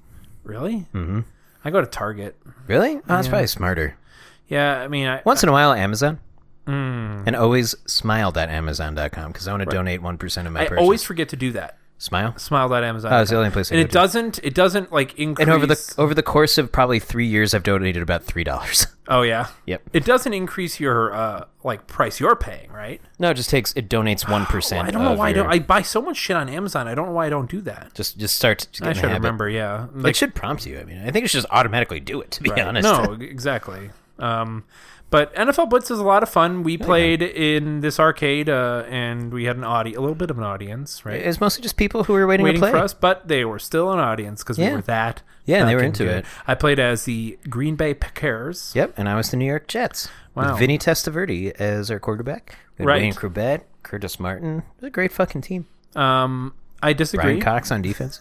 Really? Mm-hmm. I go to Target. Really? Oh, that's probably smarter. Yeah, I mean, I, Once in a while, Amazon. Hmm. And always smile.amazon.com because I want to donate 1% of my I purchase. always forget to do that. smile. Smile at Amazon. Oh, it's the only place I and go it to. doesn't. It doesn't like increase. And over the over the course of probably three years, I've donated about three dollars. Oh yeah. Yep. It doesn't increase your uh like price you're paying, right? No, it just takes it donates one percent. I don't know why I your, don't. I buy so much shit on Amazon. I don't know why I don't do that. just just start. To get I in the should habit. remember. Yeah. it should prompt you. I mean, I think it should just automatically do it. To be honest, No, exactly. Um, but NFL Blitz is a lot of fun. We played in this arcade, uh, and we had an audio, a little bit of an audience, right? it's mostly just people who are waiting, Waiting to play. for us, but they were still an audience because we Yeah. were that. Yeah, and they were fucking into good. it. I played as the Green Bay Packers. Yep, and I was the New York Jets Wow. with Vinny Testaverde as our quarterback. We had Right. Wayne Corbett, Curtis Martin. It was a great fucking team. Um, I disagree. Brian Cox on defense.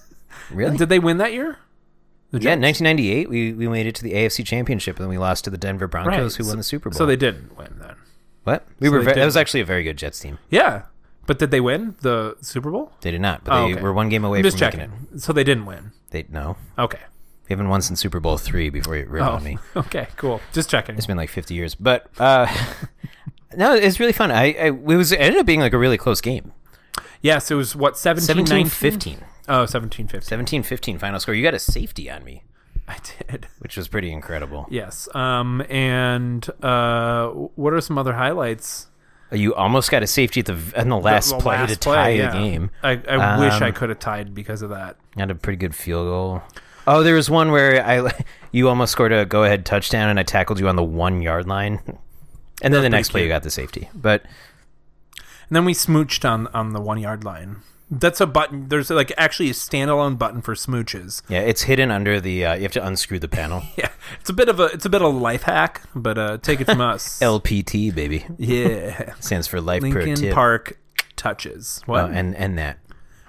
Really? Did they win that year? yeah, in 1998, we, we made it to the AFC Championship, and then we lost to the Denver Broncos, Right, who so- won the Super Bowl. So they didn't win then. what? We were. they Ve- did that was actually a very good Jets team. Yeah. But did they win the Super Bowl? They did not, but Oh, they okay. were one game away I'm just from checking. making it. So they didn't win. They no. Okay. We haven't won since Super Bowl three before you ripped Oh, on me. okay, cool. Just checking. It's been like fifty years, but uh, no, it's really fun. I, I it was it ended up being like a really close game. Yes, it was what, 17 17 19? 15 Oh, 17 15. 17-15 final score. You got a safety on me, I did. which was pretty incredible. Yes. Um, and uh, what are some other highlights? You almost got a safety at the in the last The play last to tie play, the yeah. game. I, I wish I Um, could have tied because of that. Had a pretty good field goal. Oh, there was one where I you almost scored a go ahead touchdown, and I tackled you on the one yard line, and then the next play you got the safety. But And then we smooched on on the one yard line. That's a button. There's like actually a standalone button for smooches. yeah, it's hidden under the. Uh, you have to unscrew the panel. Yeah, it's a bit of a it's a bit of a life hack, but uh, take it from us. LPT baby yeah, stands for Life Pro Lincoln Tip. Park touches. What? Oh, and and that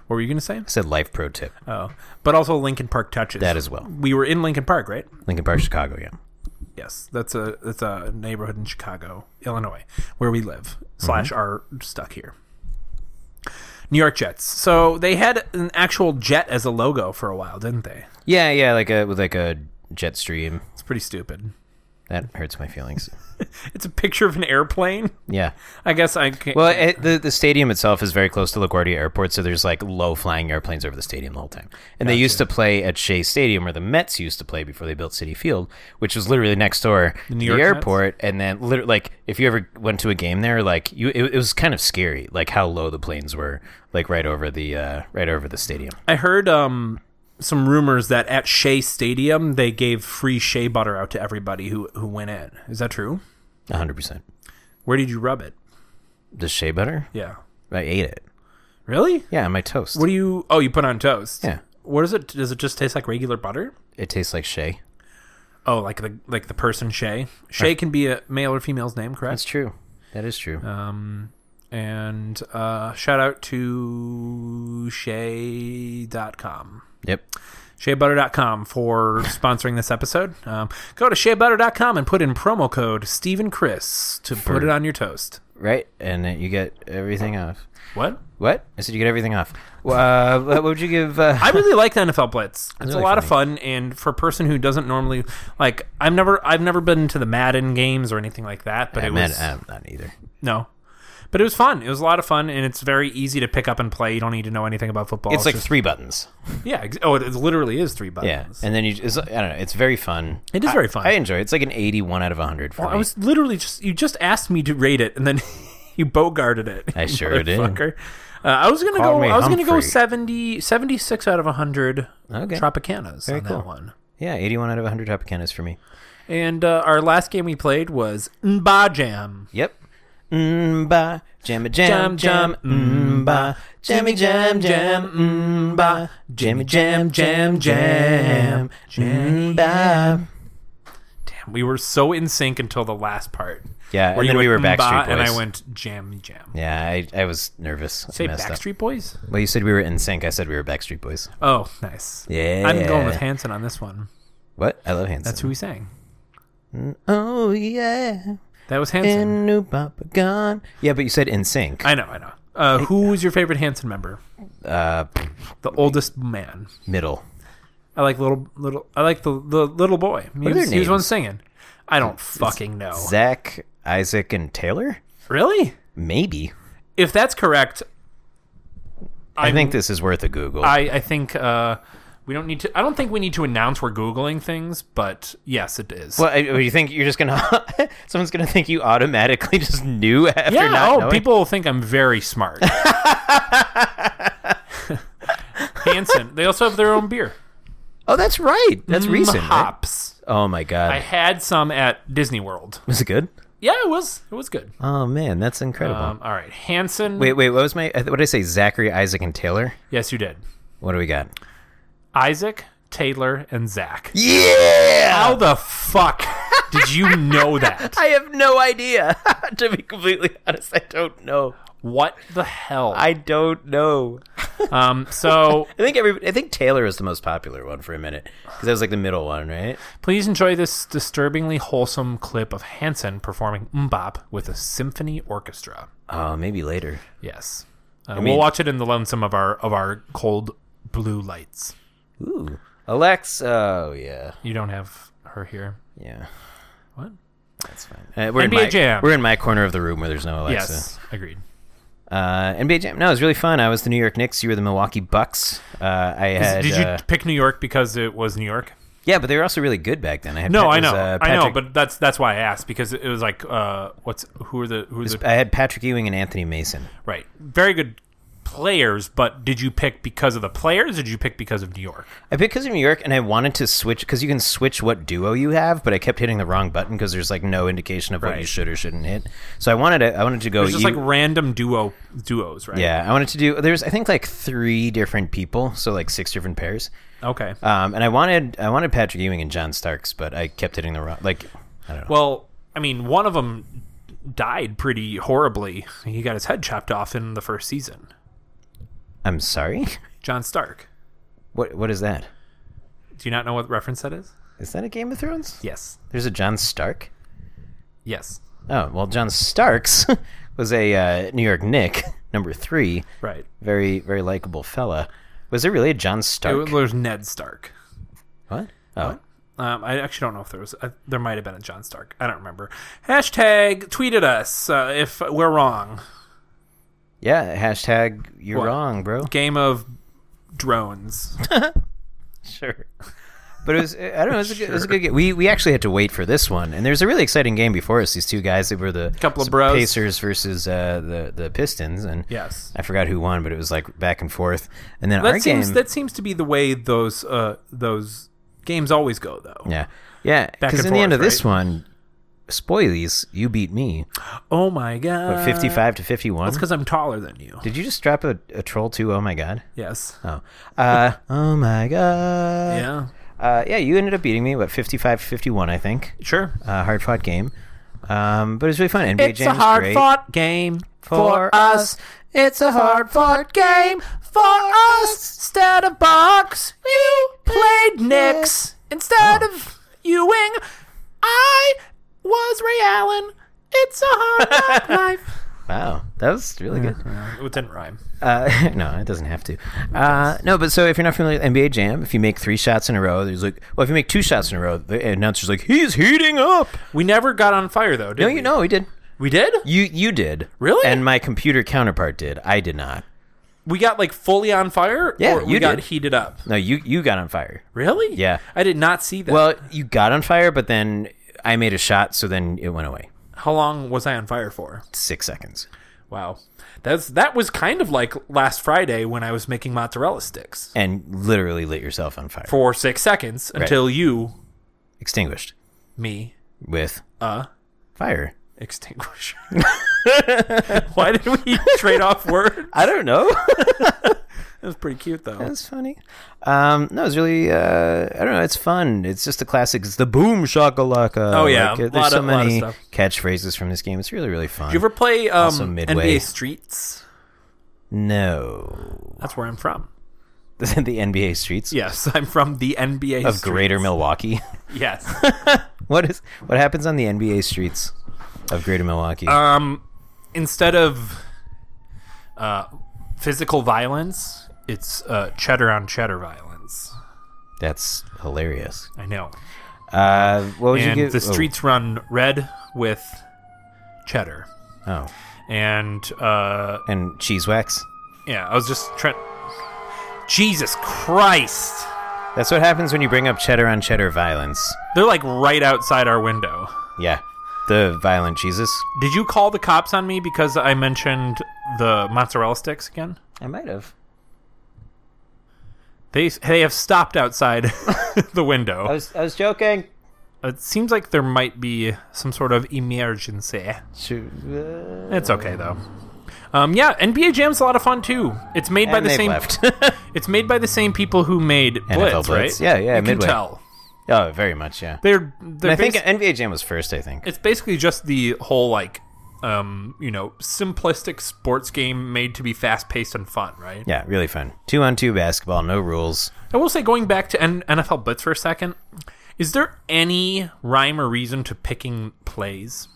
what were you gonna say? I said Life Pro Tip. Oh, but also Lincoln Park touches. That as well. We were in Lincoln Park, right? Lincoln Park, Chicago. Yeah. Yes, that's a that's a neighborhood in Chicago, Illinois, where we live slash Mm-hmm. are stuck here. New York Jets. So they had an actual jet as a logo for a while, didn't they? Yeah, yeah, like a with like a jet stream. It's pretty stupid. That hurts my feelings. It's a picture of an airplane. Yeah. I guess I can't. Well, it, the the stadium itself is very close to LaGuardia Airport, so there's like low flying airplanes over the stadium the whole time. And they used to play at Shea Stadium, where the Mets used to play before they built City Field, which was literally next door to New the York Mets? airport. And then, literally, like, if you ever went to a game there, like, you it, it was kind of scary, like how low the planes were, like right over the uh, right over the stadium. I heard um, some rumors that at Shea Stadium they gave free Shea butter out to everybody who who went in. Is that true? hundred percent. Where did you rub it? The Shea butter, Yeah. I ate it. Really? Yeah, on my toast. What do you? Oh, you put on toast. Yeah. What is it? Does it just taste like regular butter? it tastes like Shea. Oh, like the like the person Shay. Shay can be a male or female's name, That's correct? true. That is true. Um, and uh, shout out to Shay.com. yep. SheaButter.com for sponsoring this episode. Um, go to SheaButter.com and put in promo code Stephen Chris to put it on your toast. Right, and uh, you get everything off. What? What? I said you get everything off. Well, Uh, what would you give? Uh, I really like the NFL Blitz. It's a really lot of fun, and for a person who doesn't normally like, I've never, I've never been to the Madden games or anything like that. But I it meant, was um, not either. No. But it was fun. It was a lot of fun, and it's very easy to pick up and play. You don't need to know anything about football. It's like just- three buttons. yeah. Ex- oh, it it literally is three Yeah, buttons. and then you. Just, I don't know. It's very fun. It is I- very fun. I enjoy. it. It's like an eighty-one out of hundred for I me. was literally just you just asked me to rate it, and then you bogarted it. I you sure did. motherfucker. Uh, I was gonna Call go. me I was gonna go Humphrey. 70, 76 out of hundred. Okay. Tropicanas on cool. that one. yeah, eighty-one out of hundred Tropicanas for me. And uh, our last game we played was Mba Jam. Yep. Mmm, jammy jam Jam, jam. Mmm, ba jammy jam jam. Mmm, ba jammy jam jam jam. Mmm, ba. Damn, we were so in sync until the last part. Yeah, Where and then you we were went, "Mba," Backstreet Boys. and I went Jam Jam. Yeah, I, I was nervous. I Say messed up. Backstreet Boys. Well, you said we were in sync. I said we were Backstreet Boys. Oh, nice. Yeah. I'm going with Hanson on this one. What? I love Hanson. That's who we sang. Oh yeah, That was Hanson. and new Papa gone. Yeah, but you said in sync. I know, I know. Uh, who is your favorite Hanson member? Uh, The oldest man. middle. I like little little. I like the the little boy. He are was, their he was one names? singing. I don't fucking know. Zach, Isaac, and Taylor. really? Maybe. If that's correct, i I'm- think this is worth a Google. I I think uh, we don't need to. I don't think we need to announce we're googling things, but yes, it is. well, I, you think you're just gonna? someone's gonna think you automatically just knew after yeah. not oh, knowing? people will think I'm very smart. Hanson. They also have their own beer. Oh, that's right. That's recent. right? Hops. Oh my god, Mm-hmm. I had some at Disney World. was it good? Yeah, it was. It was good. Oh man, that's incredible. Um, all right, Hanson. wait, wait. What was my? What did I say? Zachary, Isaac, and Taylor. Yes, you did. What do we got? Isaac, Taylor, and Zach. Yeah. How the fuck did you know that? I have no idea. to be completely honest, I don't know. What the hell? I don't know. um. So I think every I think Taylor was the most popular one for a minute because that was like the middle one, right? please enjoy this disturbingly wholesome clip of Hanson performing Mbop with a symphony orchestra. Oh, maybe later. Yes. Uh, mean- we'll watch it in the lonesome of our of our cold blue lights. Ooh, Alexa. Oh yeah, You don't have her here. yeah. What? That's fine. Uh, we're in NBA my, Jam. We're in my corner of the room where there's no Alexa. Yes. Agreed. Uh, NBA Jam. No, it was really fun. I was the New York Knicks. You were the Milwaukee Bucks. Uh, I had. Did you uh, pick New York because it was New York? Yeah, but they were also really good back then. I had No, Pat- I it know, was, uh, I know, Patrick- but that's that's why I asked because it was like, uh, what's who are the who are the I had Patrick Ewing and Anthony Mason. right? Very good players, but did you pick because of the players? Or did you pick because of New York? I picked because of New York, and I wanted to switch because you can switch what duo you have, but I kept hitting the wrong button because there's like no indication of what you Right. should or shouldn't hit. So I wanted to, I wanted to go. It's just you- like random duo duos, right? yeah, I wanted to do. There's I think like three different people, so like six different pairs. Okay. Um, and I wanted I wanted Patrick Ewing and John Starks, but I kept hitting the wrong. Like I don't know. Well, I mean, one of them died pretty horribly. He got his head chopped off in the first season. I'm sorry. John Stark. What what is that? Do you not know what reference that is? Is that a Game of Thrones? Yes. There's a John Stark. Yes. Oh well, John Starks was a uh, New York Nick number three. Right. Very very likable fella. Was there really a John It Stark? was, there's Ned Stark. what? Oh, Um, I actually don't know if there was. Uh, there might have been a John Stark. I don't remember. Hashtag tweeted us uh, if we're wrong. yeah. Hashtag you're What? wrong, bro. Game of drones. Sure. But it was I don't know. It was, a good, it was a good game. We we actually had to wait for this one, and there's a really exciting game before us. These two guys, they were the Couple of bros. Pacers versus uh, the the Pistons, and Yes. I forgot who won, but it was like back and forth. And then our That seems game, that seems to be the way those uh, those games always go though. yeah, yeah, Back because and in the end of forth, this one, spoilies, you beat me, Oh my god. but fifty-five to fifty-one. That's because I'm taller than you. Did you just drop a, a troll two? Oh my god! Yes. Oh, uh, oh my god! Yeah. uh, yeah. You ended up beating me, what fifty-five to fifty-one, I think. Sure. uh, hard fought game. Um, but it was really fun. NBA It's Jam's a hard great. fought game For for us. us. It's a hard fought game for us. Instead of box, you played Knicks. Oh. Instead of Ewing, I was Ray Allen. It's a hard knock life. Wow, that was really good. It didn't rhyme. Uh, no, it doesn't have to. Uh, no, but so if you're not familiar with NBA Jam, if you make three shots in a row, there's like, well, if you make two shots in a row, the announcer's like, he's heating up. We never got on fire though, did No, we? you know, he did. We did? You you did Really? and my computer counterpart did. I did not. We got like fully on fire Yeah, or we you got did. heated up. No, you you got on fire. Really? Yeah. I did not see that. Well, you got on fire, but then I made a shot, so then it went away. how long was I on fire for? Six seconds. Wow, that's that was kind of like last Friday when I was making mozzarella sticks and literally lit yourself on fire. for six seconds until you, Extinguished me, with uh, fire. extinguisher. Why did we trade off word? I don't know. That was pretty cute though. That's funny. Um, no, it's really. Uh, I don't know. It's fun. It's just a classic. It's the boom shakalaka. Oh, yeah. Like, uh, A there's lot so of- lot of many stuff. catchphrases from this game. It's really really fun. Do you ever play um, Also Midway. NBA Streets? no, That's where I'm from. the NBA streets Yes, I'm from the NBA of Streets. Greater Milwaukee. Yes. what is what happens on the NBA streets of Greater Milwaukee? um, instead of uh, physical violence, it's uh, cheddar on cheddar violence. That's hilarious. I know. Uh, what would you and give the oh, streets run red with cheddar. Oh, And uh, and cheese wax. yeah, I was just trying. Jesus Christ! That's what happens when you bring up cheddar on cheddar violence. They're like right outside our window. Yeah, the violent cheeses. Did you call the cops on me because I mentioned the mozzarella sticks again? I might have. They they have stopped outside the window. was I was joking. It seems like there might be some sort of emergency. It's okay though. Um, yeah, NBA Jam's a lot of fun too. It's made by And the they've same. left. It's made by the same people who made Blitz, Blitz. right? Yeah, yeah, You Midway. can tell. oh, very much. Yeah. They're, they're I think basi- NBA Jam was first. I think. it's basically just the whole like, um, you know, simplistic sports game made to be fast paced and fun, right? Yeah, really fun. Two on two basketball, no rules. I will say, going back to N- NFL Blitz for a second, is there any rhyme or reason to picking plays?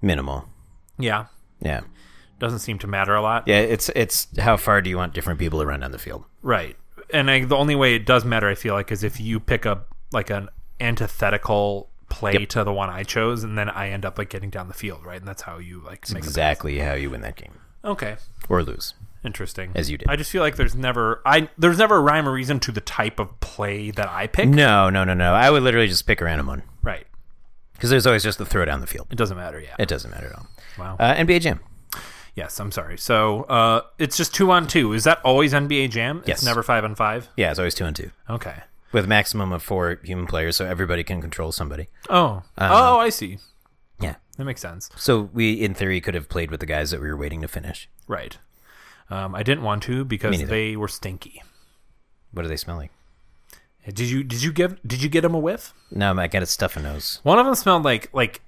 Minimal. Yeah, Yeah, doesn't seem to matter a lot. yeah. It's it's how far do you want different people to run down the field? Right. And I, the only way it does matter, I feel like, is if you pick up like an antithetical play to the one I chose, and then I Mhm. end up like getting down the field, right? And that's how you like make Exactly how you win that game Okay. or lose. Interesting. As you did. I just feel like there's never I there's never a rhyme or reason to the type of play that I pick. No, no, no, no. I would literally just pick a random one Right. because there's always just the throw down the field. It doesn't matter. Yeah. It doesn't matter at all. Wow. Uh, NBA Jam. yes. I'm sorry. So uh, it's just two on two. Is that always NBA Jam? Yes. It's never five on five. Yeah, it's always two and two Okay. with a maximum of four human players, so everybody can control somebody. Oh. Um, oh, I see. Yeah. That makes sense. So we, in theory, could have played with the guys that we were waiting to finish. Right. Um, I didn't want to because Me neither. they were stinky. What do they smell like? Did you did you give did you get them a whiff? No, I got a stuffy nose. One of them smelled like like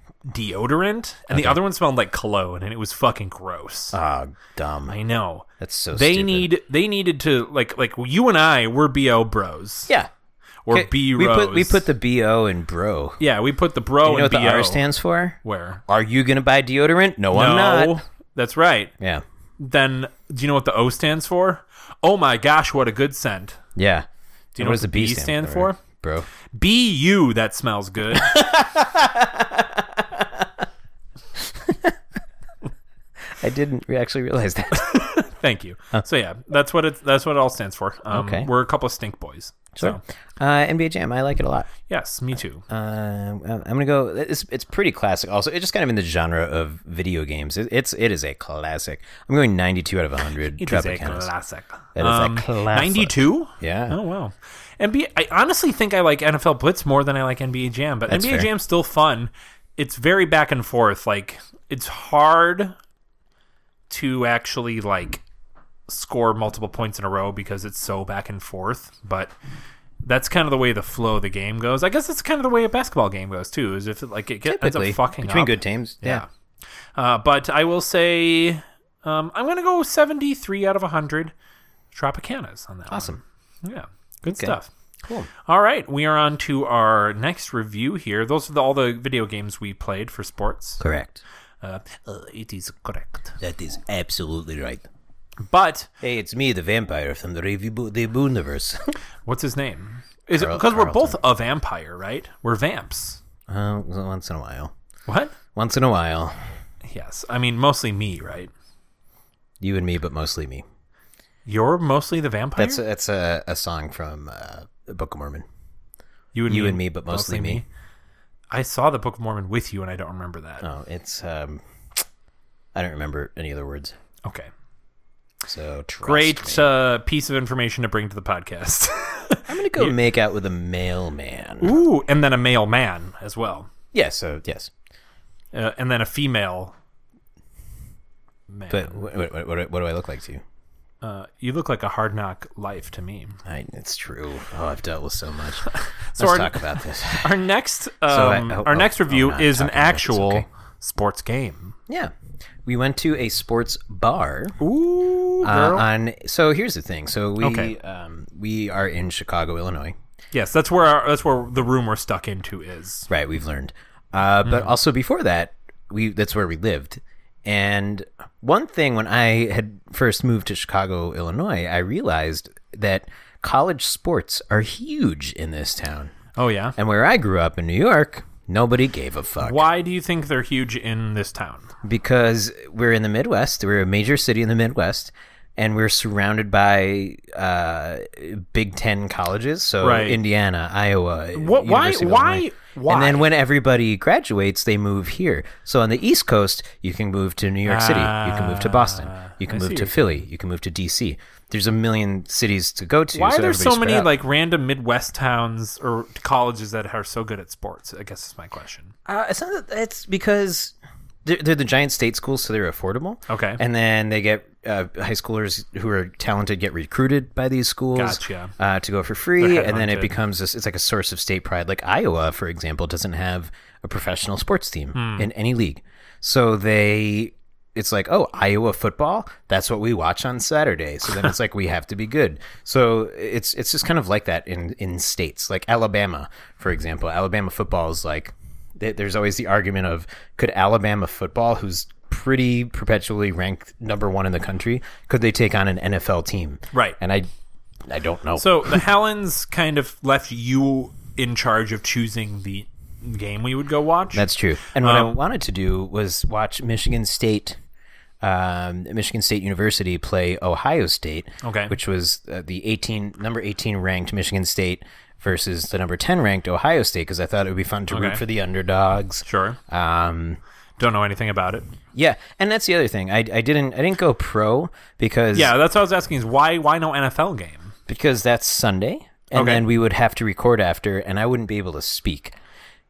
deodorant, and the other one smelled like cologne, and it was fucking gross. Ah, dumb. I know. That's so. they stupid. need they needed to like like you and I were bo bros Yeah. or Okay, b We bros. put we put the bo in bro. yeah we put the bro You know and what bo the R stands for? where Are you gonna buy deodorant? No, I'm no not. that's right. Yeah. Then do you know what the O stands for? Oh my gosh, what a good scent. Yeah. Do you And know what does the B, stand, for? Bro. B U. That smells good. I didn't re- actually realize that. Thank you. So yeah, that's what it that's what it all stands for. Um, Okay. we're a couple of stink boys. So Uh, NBA Jam, I like it a lot. yes, me too. Um, I'm gonna go. It's it's pretty classic. Also, it's just kind of in the genre of video games. It, it's it is a classic. I'm going 92 out of 100. It is a Tropicanas. classic. Um, That is a classic. Ninety-two. Yeah. Oh wow. NBA. I honestly think I like NFL Blitz more than I like NBA Jam, but That's NBA fair. Jam's still fun. It's very back and forth. Like it's hard to actually like score multiple points in a row because it's so back and forth. But that's kind of the way the flow of the game goes. I guess that's kind of the way a basketball game goes too. Is if it, like it gets, ends up Typically, fucking between up. good teams. Yeah. Uh, but I will say um, I'm going to go 73 out of 100 Tropicanas on that. one. Awesome. Yeah. Good stuff. Cool. All right. We are on to our next review here. Those are the, all the video games we played for sports. Correct. Uh, uh, it is correct. That is absolutely right. But Hey, it's me, the vampire from the review bo- the universe. what's his name? Is it Carl- because we're both Carlton. a vampire, right? We're vamps. uh, once in a while. What? Once in a while, Yes. I mean, mostly me, right? you and me, but mostly me. You're mostly the vampire? That's a, that's a, a song from uh, the Book of Mormon. you and you and me, but mostly me. I saw the Book of Mormon with you, and I don't remember that. Oh, it's um, I don't remember any other words. Okay. So trust Great me. uh, piece of information to bring to the podcast. I'm gonna go make out with a mailman. Ooh, and then a male man as well, Yeah. So yes, uh, and then a female. Man, but what, what, what, what do I look like to you? uh, you look like a hard knock life to me. I, it's true. Oh, I've dealt with so much. So Let's our- talk about this. Our next, um, I- oh, our oh, next I'm review not is an talking about this, actual okay. sports game. Yeah, we went to a sports bar. Ooh, Uh, girl. on so here's the thing. So we Okay. um, we are in Chicago, Illinois. yes, that's where our, that's where the room we're stuck into is. Right, we've learned. Uh, But also before that, we that's where we lived. And one thing when I had first moved to Chicago, Illinois, I realized that college sports are huge in this town. Oh yeah. And where I grew up in New York, nobody gave a fuck Why do you think they're huge in this town? because we're in the Midwest. We're a major city in the Midwest, and we're surrounded by uh, Big Ten colleges. So Right. Indiana, Iowa. What- why- University of why- Illinois. why? And then when everybody graduates, they move here. So on the East Coast, you can move to New York City. You can move to Boston. You can Ah, I see move to what Philly. You can move to D.C. There's a million cities to go to. Why so are there so everybody's many spread out. like random Midwest towns or colleges that are so good at sports? I guess is my question. Uh, it's not. that- It's because they're, they're the giant state schools, so they're affordable. Okay. And then they get uh, high schoolers who are talented get recruited by these schools. Gotcha. Uh, to go for free, They're and then headhunted. it becomes this, it's like a source of state pride. Like Iowa, for example, doesn't have a professional sports team Hmm. in any league, so they. It's like, oh, Iowa football. That's what we watch on Saturday. So then it's like we have to be good. So it's it's just kind of like that in in states like Alabama, for example. Alabama football is like th- there's always the argument of could Alabama football, who's pretty perpetually ranked number one in the country, could they take on an NFL team? Right. And I, I don't know. So the Helens kind of left you in charge of choosing the game we would go watch. Um, that's true. And what I wanted to do was watch Michigan State um, Michigan State University play Ohio State, Okay. which was uh, the 18 number 18 ranked Michigan State versus the number 10 ranked Ohio State because I thought it would be fun to Okay. root for the underdogs. Sure. Um, Don't know anything about it. yeah, and that's the other thing. I, I didn't I didn't go pro because Yeah, that's what I was asking is why why no NFL game? because that's Sunday, and Okay. then we would have to record after, and I wouldn't be able to speak.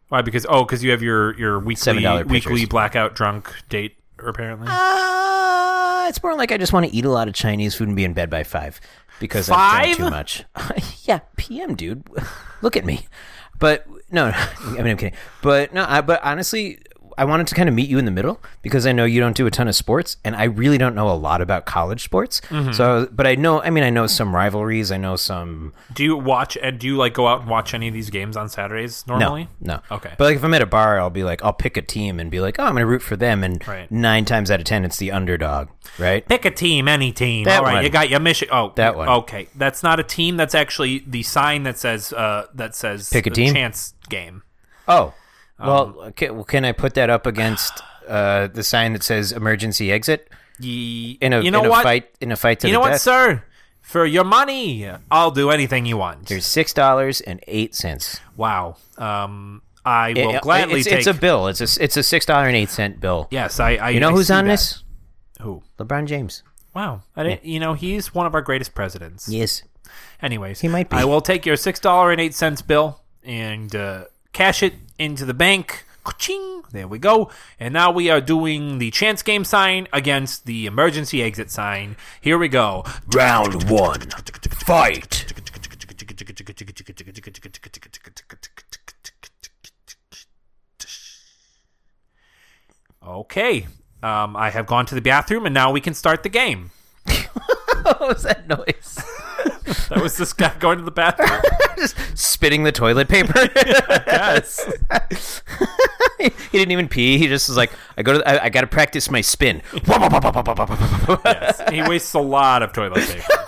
Why? Because oh, because you have your your weekly $7 weekly pictures. blackout drunk date apparently. Uh, it's more like I just want to eat a lot of Chinese food and be in bed by five because Five? I've drank too much. yeah, PM, dude. Look at me. But no, I mean I'm kidding. But no, I, but honestly, I wanted to kind of meet you in the middle because I know you don't do a ton of sports, and I really don't know a lot about college sports. Mm-hmm. So, but I know. I mean, I know some rivalries. I know some. do you watch and do you like go out and watch any of these games on Saturdays normally? No, no. Okay. But like if I'm at a bar, I'll be like, I'll pick a team and be like, oh, I'm going to root for them, and Right. nine times out of ten, it's the underdog, right? Pick a team, any team. That All right, one. you got your mission. Oh, That one. Okay, that's not a team. That's actually the sign that says uh, that says Pick a team? chance game. Oh, well, Um, okay, well, can I put that up against uh, the sign that says "emergency exit" Ye- in a you know in a what? fight in a fight to you the know what, death? sir? For your money, I'll do anything you want. There's six dollars and eight cents. wow. Um, I will It- gladly Eh, it's, take. it's a bill. It's a it's a six dollar and eight cent bill. yes, I. I You know I who's see on that. this? Who? LeBron James. Wow. I didn't, You know, he's one of our greatest presidents. Yes. Anyways, He might be. I will take your six dollar and eight cents bill and uh, cash it into the bank. Ka-ching! There we go. And now we are doing the chance game sign against the emergency exit sign. Here we go. Round one. Fight. Okay. Um, I have gone to the bathroom, and now we can start the game. what was that noise? That was this guy going to the bathroom. Just spitting the toilet paper. yes. he didn't even pee. He just was like, I go to, I, I got to practice my spin. yes. He wastes a lot of toilet paper.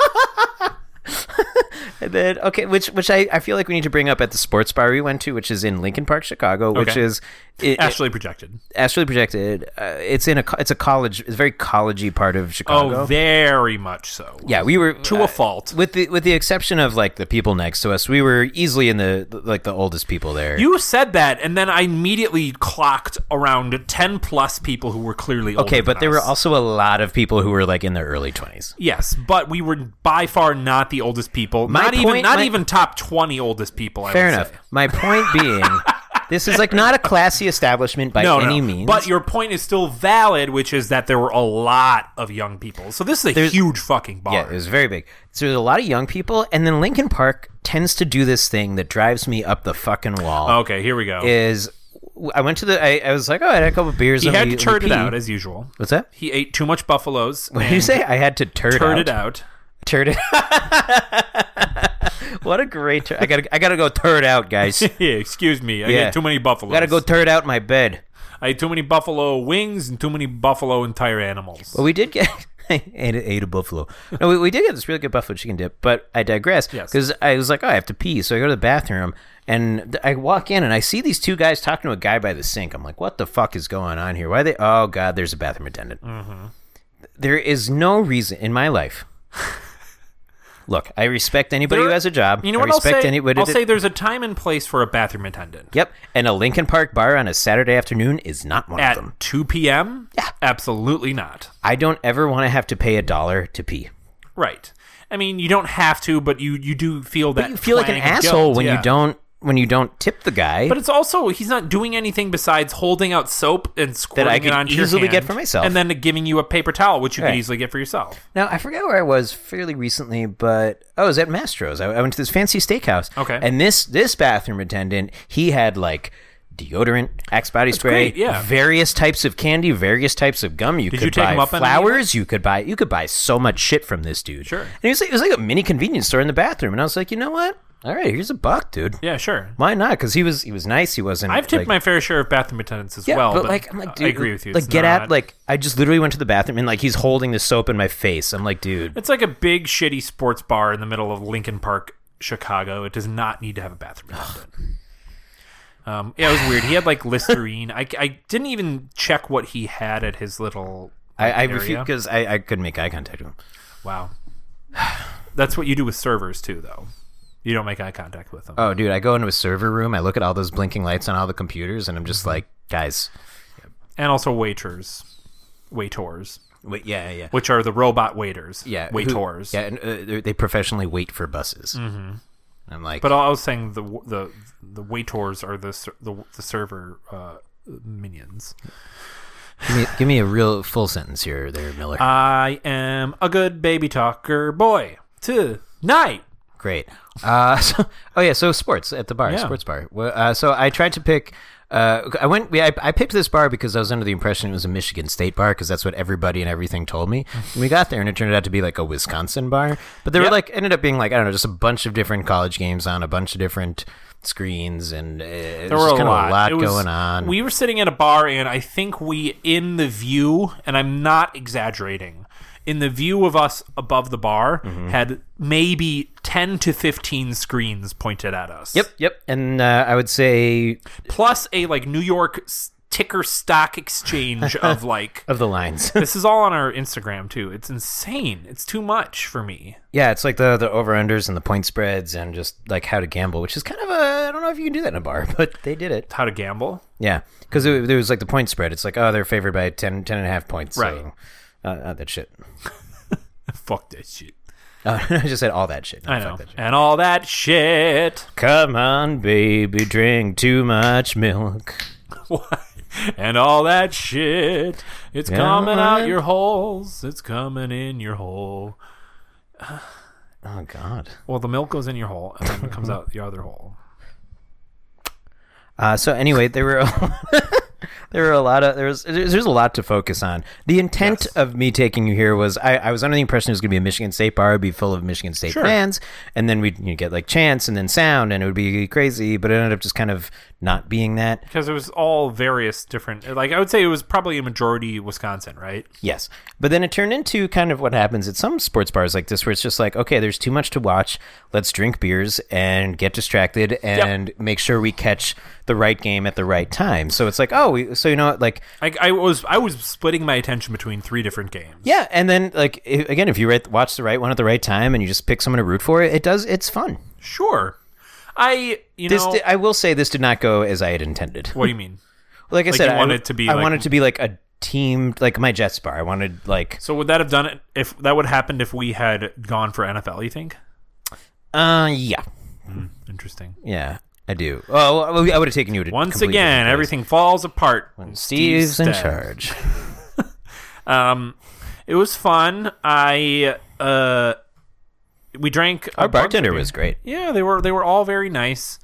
And then okay, which which I, I feel like we need to bring up at the sports bar we went to, which is in Lincoln Park, Chicago, which Okay. is it, it, Actually projected. astrally projected. Uh, it's in a co- it's a college, it's a very collegey part of Chicago. Oh, very much so. yeah, we were To a fault. with the with the exception of like the people next to us, we were easily in the like the oldest people there. You said that, and then I immediately clocked around ten plus people who were clearly older okay, but than there were us. also a lot of people who were like in their early twenties. yes, but we were by far not the oldest people. My not even point- not my- even top twenty oldest people. I Fair would enough. say. My point being, this is like not a classy establishment by No, any no. means. But your point is still valid, which is that there were a lot of young people. So this is a huge fucking bar. Yeah, it was very big. So there's a lot of young people, and then Lincoln Park tends to do this thing that drives me up the fucking wall. okay, here we go. Is I went to the I, I was like, oh, I had a couple beers. he let had me- to let me turn it pee." out as usual. What's that? He ate too much buffaloes. What did you say? I had to turd, Turn out. it out. Turd it. what a great. Tur- I gotta I gotta go turd out, guys. Yeah, excuse me. I Yeah. ate too many buffaloes. gotta go turd out my bed. I ate too many buffalo wings and too many buffalo entire animals. But we did get I ate, ate a buffalo. No, we, we did get this really good buffalo chicken dip, but I digress Yes. because I was like, oh, I have to pee, so I go to the bathroom and th- I walk in and I see these two guys talking to a guy by the sink. I'm like, what the fuck is going on here? Why they? Oh god, there's a bathroom attendant. Mm-hmm. There is no reason in my life. Look, I respect anybody who There- has a job. You know I what I'll respect say? anybody I'll that- say there's a time and place for a bathroom attendant. Yep, and a Lincoln Park bar on a Saturday afternoon is not one of them. At 2 p.m.? Yeah. Absolutely not. I don't ever want to have to pay a dollar to pee. Right. I mean, you don't have to, but you, you do feel that. you feel like an twang of guilt, asshole when yeah. you don't when you don't tip the guy. But it's also he's not doing anything besides holding out soap and squirting I it could onto easily your hand, get for myself. and then giving you a paper towel, which you Right. could easily get for yourself. now I forget where I was fairly recently, but oh, I was at Mastro's. I, I went to this fancy steakhouse. Okay. and this this bathroom attendant he had like deodorant, Axe body spray, great, yeah. various types of candy, various types of gum. You could you take buy him up on any of flowers. You could buy you could buy so much shit from this dude. Sure. and it was like, it was like a mini convenience store in the bathroom, and I was like, you know what? All right, here's a buck, dude. Yeah, sure. Why not? Because he was he was nice. He wasn't. I've tipped like- my fair share of bathroom attendants as Yeah, well, but, like, I'm like, dude, I agree with you. Like, It's get not, at like, I just literally went to the bathroom and like he's holding the soap in my face. I'm like, dude, It's like a big shitty sports bar in the middle of Lincoln Park, Chicago. It does not need to have a bathroom. attendant. Um, yeah, it was weird. He had like Listerine. I, I didn't even check what he had at his little I, I area. refuse because I, I couldn't make eye contact with him. Wow. That's what you do with servers too, though. You don't make eye contact with them. Oh, dude, I go into a server room. I look at all those blinking lights on all the computers, and I'm just like, guys, and also waiters, waitors, wait, yeah, yeah, which are the robot waiters. yeah, who- waitors. yeah, and, uh, they- they professionally wait for buses. Mm-hmm. I'm like, But uh, I was saying the the the waitors are the ser- the, the server uh, minions. give, me, give me a real full sentence here, there, Miller. I am a good baby talker boy tonight. Great. Uh, so, oh yeah, so sports at the bar, Yeah. sports bar. Well, Uh, so I tried to pick. Uh, I went. Yeah, I, I picked this bar because I was under the impression it was a Michigan State bar because that's what everybody and everything told me. And we got there, and it turned out to be like a Wisconsin bar. But there Mm. Yep. were like ended up being like I don't know, just a bunch of different college games on a bunch of different screens, and uh, there There was were just a kind lot, of a lot It was- going on. We were sitting at a bar, and I think we in the view, and I'm not exaggerating. In the view of us above the bar, Mm-hmm. had maybe ten to fifteen screens pointed at us. Yep, yep. And uh, I would say plus a like New York s- ticker stock exchange of like. of the lines. This is all on our Instagram too. It's insane. It's too much for me. Yeah, it's like the the over unders and the point spreads and just like how to gamble, which is kind of a I don't know if you can do that in a bar, but they did it. How to gamble? Yeah, because it, it was like the point spread. It's like oh, they're favored by 10, 10 and a half points. Right. So, uh, uh, that shit. Fuck that shit. Uh, I just said all that shit. No, I fuck know. that shit. And all that shit. Come on, baby, drink too much milk. and all that shit. It's coming out man. your holes. It's coming in your hole. Oh God. Well, the milk goes in your hole, and then it comes out the other hole. Uh, so anyway, there were a, there were a lot of there was there's, there's a lot to focus on. The intent of me taking you here was I, I was under the impression it was going to be a Michigan State bar, it'd be full of Michigan State fans, and then we'd you know, get like chants and then sound, and it would be crazy. But it ended up just kind of not being that. Because it was all various different. Like I would say, it was probably a majority Wisconsin, right? Yes. But then it turned into kind of what happens at some sports bars like this, where it's just like, okay, there's too much to watch. Let's drink beers and get distracted and make sure we catch the right game at the right time. So it's like, oh, we, so you know what? Like, I, I was I was splitting my attention between three different games. yeah. And then, like, i again, if you write, watch the right one at the right time and you just pick someone to root for, it does, it's fun. Sure. I you This, know di- I will say, this did not go as I had intended. what do you mean? Like I Like, said, you I, want it to be, I like- wanted to be like a team, like my Jets bar. I wanted, like, So would that have done it if that would happened if we had gone for NFL? You think? uh, yeah. Interesting. Yeah. I do. Oh, well, I would have taken you to Once completely again, different places. everything falls apart. Steve's in Stev. charge. Um, it was fun. I uh, we drank. Our bartender was great. Yeah, they were they were all very nice.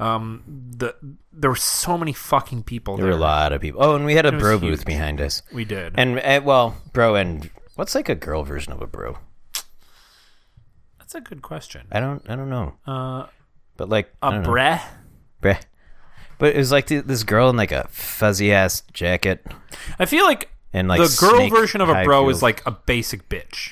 Um, the there were so many fucking people. There were a there. lot of people. Oh, and we had a was bro huge. booth behind us. We did. And, uh, well, bro and what's like a girl version of a bro? That's a good question. I don't I don't know. Uh, But like I a don't know. breh. Breh. But it was like th- this girl in like a fuzzy ass jacket I feel like and like the girl snake version of a high bro heels. is like a basic bitch.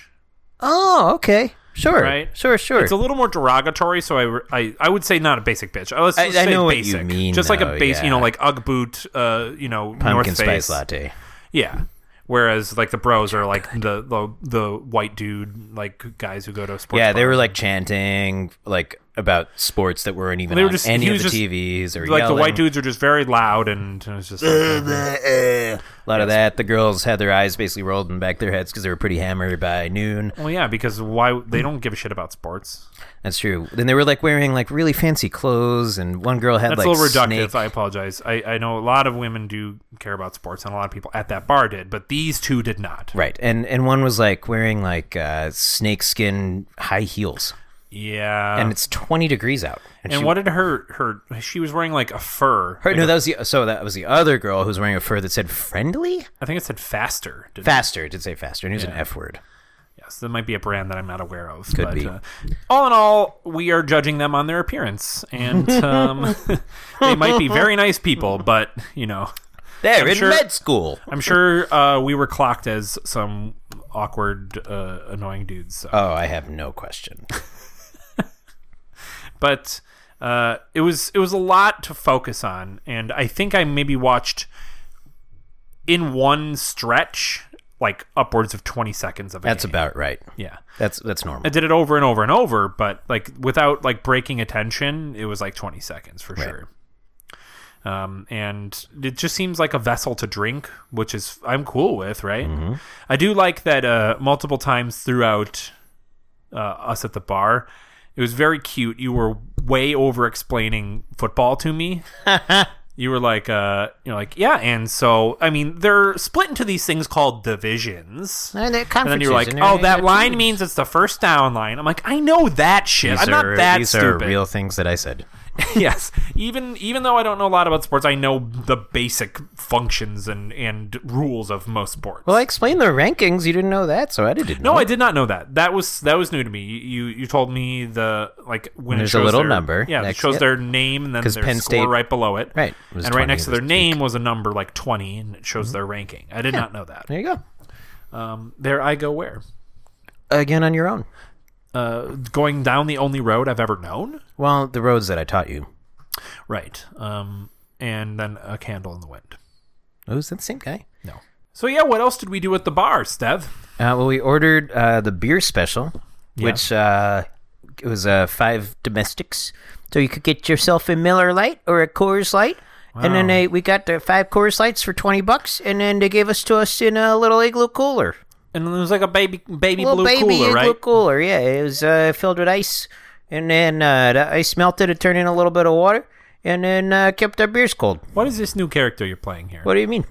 Oh, okay. Sure. Right? Sure, sure. It's a little more derogatory, so I, I, I would say not a basic bitch. I, let's I- just I say know what you basic. mean, Just like a though, base, you know, yeah. like Ugg boot, uh, you know, pumpkin North spice Face. latte. Yeah. Whereas like the bros are like the the, the white dude like guys who go to sports. Yeah, they bars. were like chanting like about sports that weren't even They were on just- any he of was the just- TVs or like the white yelling. dudes are just very loud and it's just like, A lot of that. The girls had their eyes basically rolled in back their heads because they were pretty hammered by noon. well yeah because why they don't give a shit about sports. That's true. Then they were like wearing like really fancy clothes, and one girl had That's like a little reductive. snake. I apologize. I, I know a lot of women do care about sports and a lot of people at that bar did, but these two did not. Right, and and one was like wearing like uh, snakeskin high heels, Yeah. and it's twenty degrees out. And she- what did her her she was wearing like a fur. Her, no, that was the so that was the other girl who was wearing a fur that said friendly, I think it said faster. Didn't faster. It did say faster, and it was an F word. it? Yes, that might be a brand that I'm not aware of. Could but, be. Uh, all in all, we are judging them on their appearance, and um, they might be very nice people, but you know, They're in sure- med school. I'm sure uh, we were clocked as some awkward, uh, annoying dudes. So. Oh, I have no question. but uh, it was it was a lot to focus on, and I think I maybe watched in one stretch like upwards of 20 seconds of a That's game. about right. yeah. That's that's normal. I did it over and over and over, but like without like breaking attention, it was like 20 seconds for sure. Um, and it just seems like a vessel to drink, which is I'm cool with, right? I do like that uh, multiple times throughout uh, us at the bar. It was very cute. You were way over explaining football to me. you were like, uh, you know, like yeah, and so I mean, they're split into these things called divisions. And, And then you're like, oh, that line means it's the first down line. I'm like, I know that shit. These I'm not are, that these stupid. are real things that I said. yes, even even though I don't know a lot about sports, I know the basic functions and and rules of most sports. Well, I explained the rankings. You didn't know that, so I didn't. no, know. I did not know that. That was that was new to me. You you told me the like when There's it a shows little their- number Yeah, it next- shows yep. their name and then 'Cause their Penn score State- right below it. Right, it was and right 20 next to their this name was a number like twenty, and it shows their ranking. I did not know that. There you go. Um, there I go where. Again on your own. Uh, going down the only road I've ever known. Well, the roads that I taught you. Right. Um, and then a candle in the wind. Oh, is that the same guy? No. So yeah, what else did we do at the bar, Stev? Uh, well, we ordered uh, the beer special, which uh, it was uh, five domestics. So you could get yourself a Miller Light or a Coors Light. And then they, we got the five Coors Lights for 20 bucks. And then they gave us to us in a little igloo cooler. And it was like a baby baby little blue baby cooler, igloo right? cooler. Yeah, it was uh, filled with ice. And then uh, the ice melted. It turned in a little bit of water. And then uh, kept our beers cold. What is this new character you're playing here? What do you mean?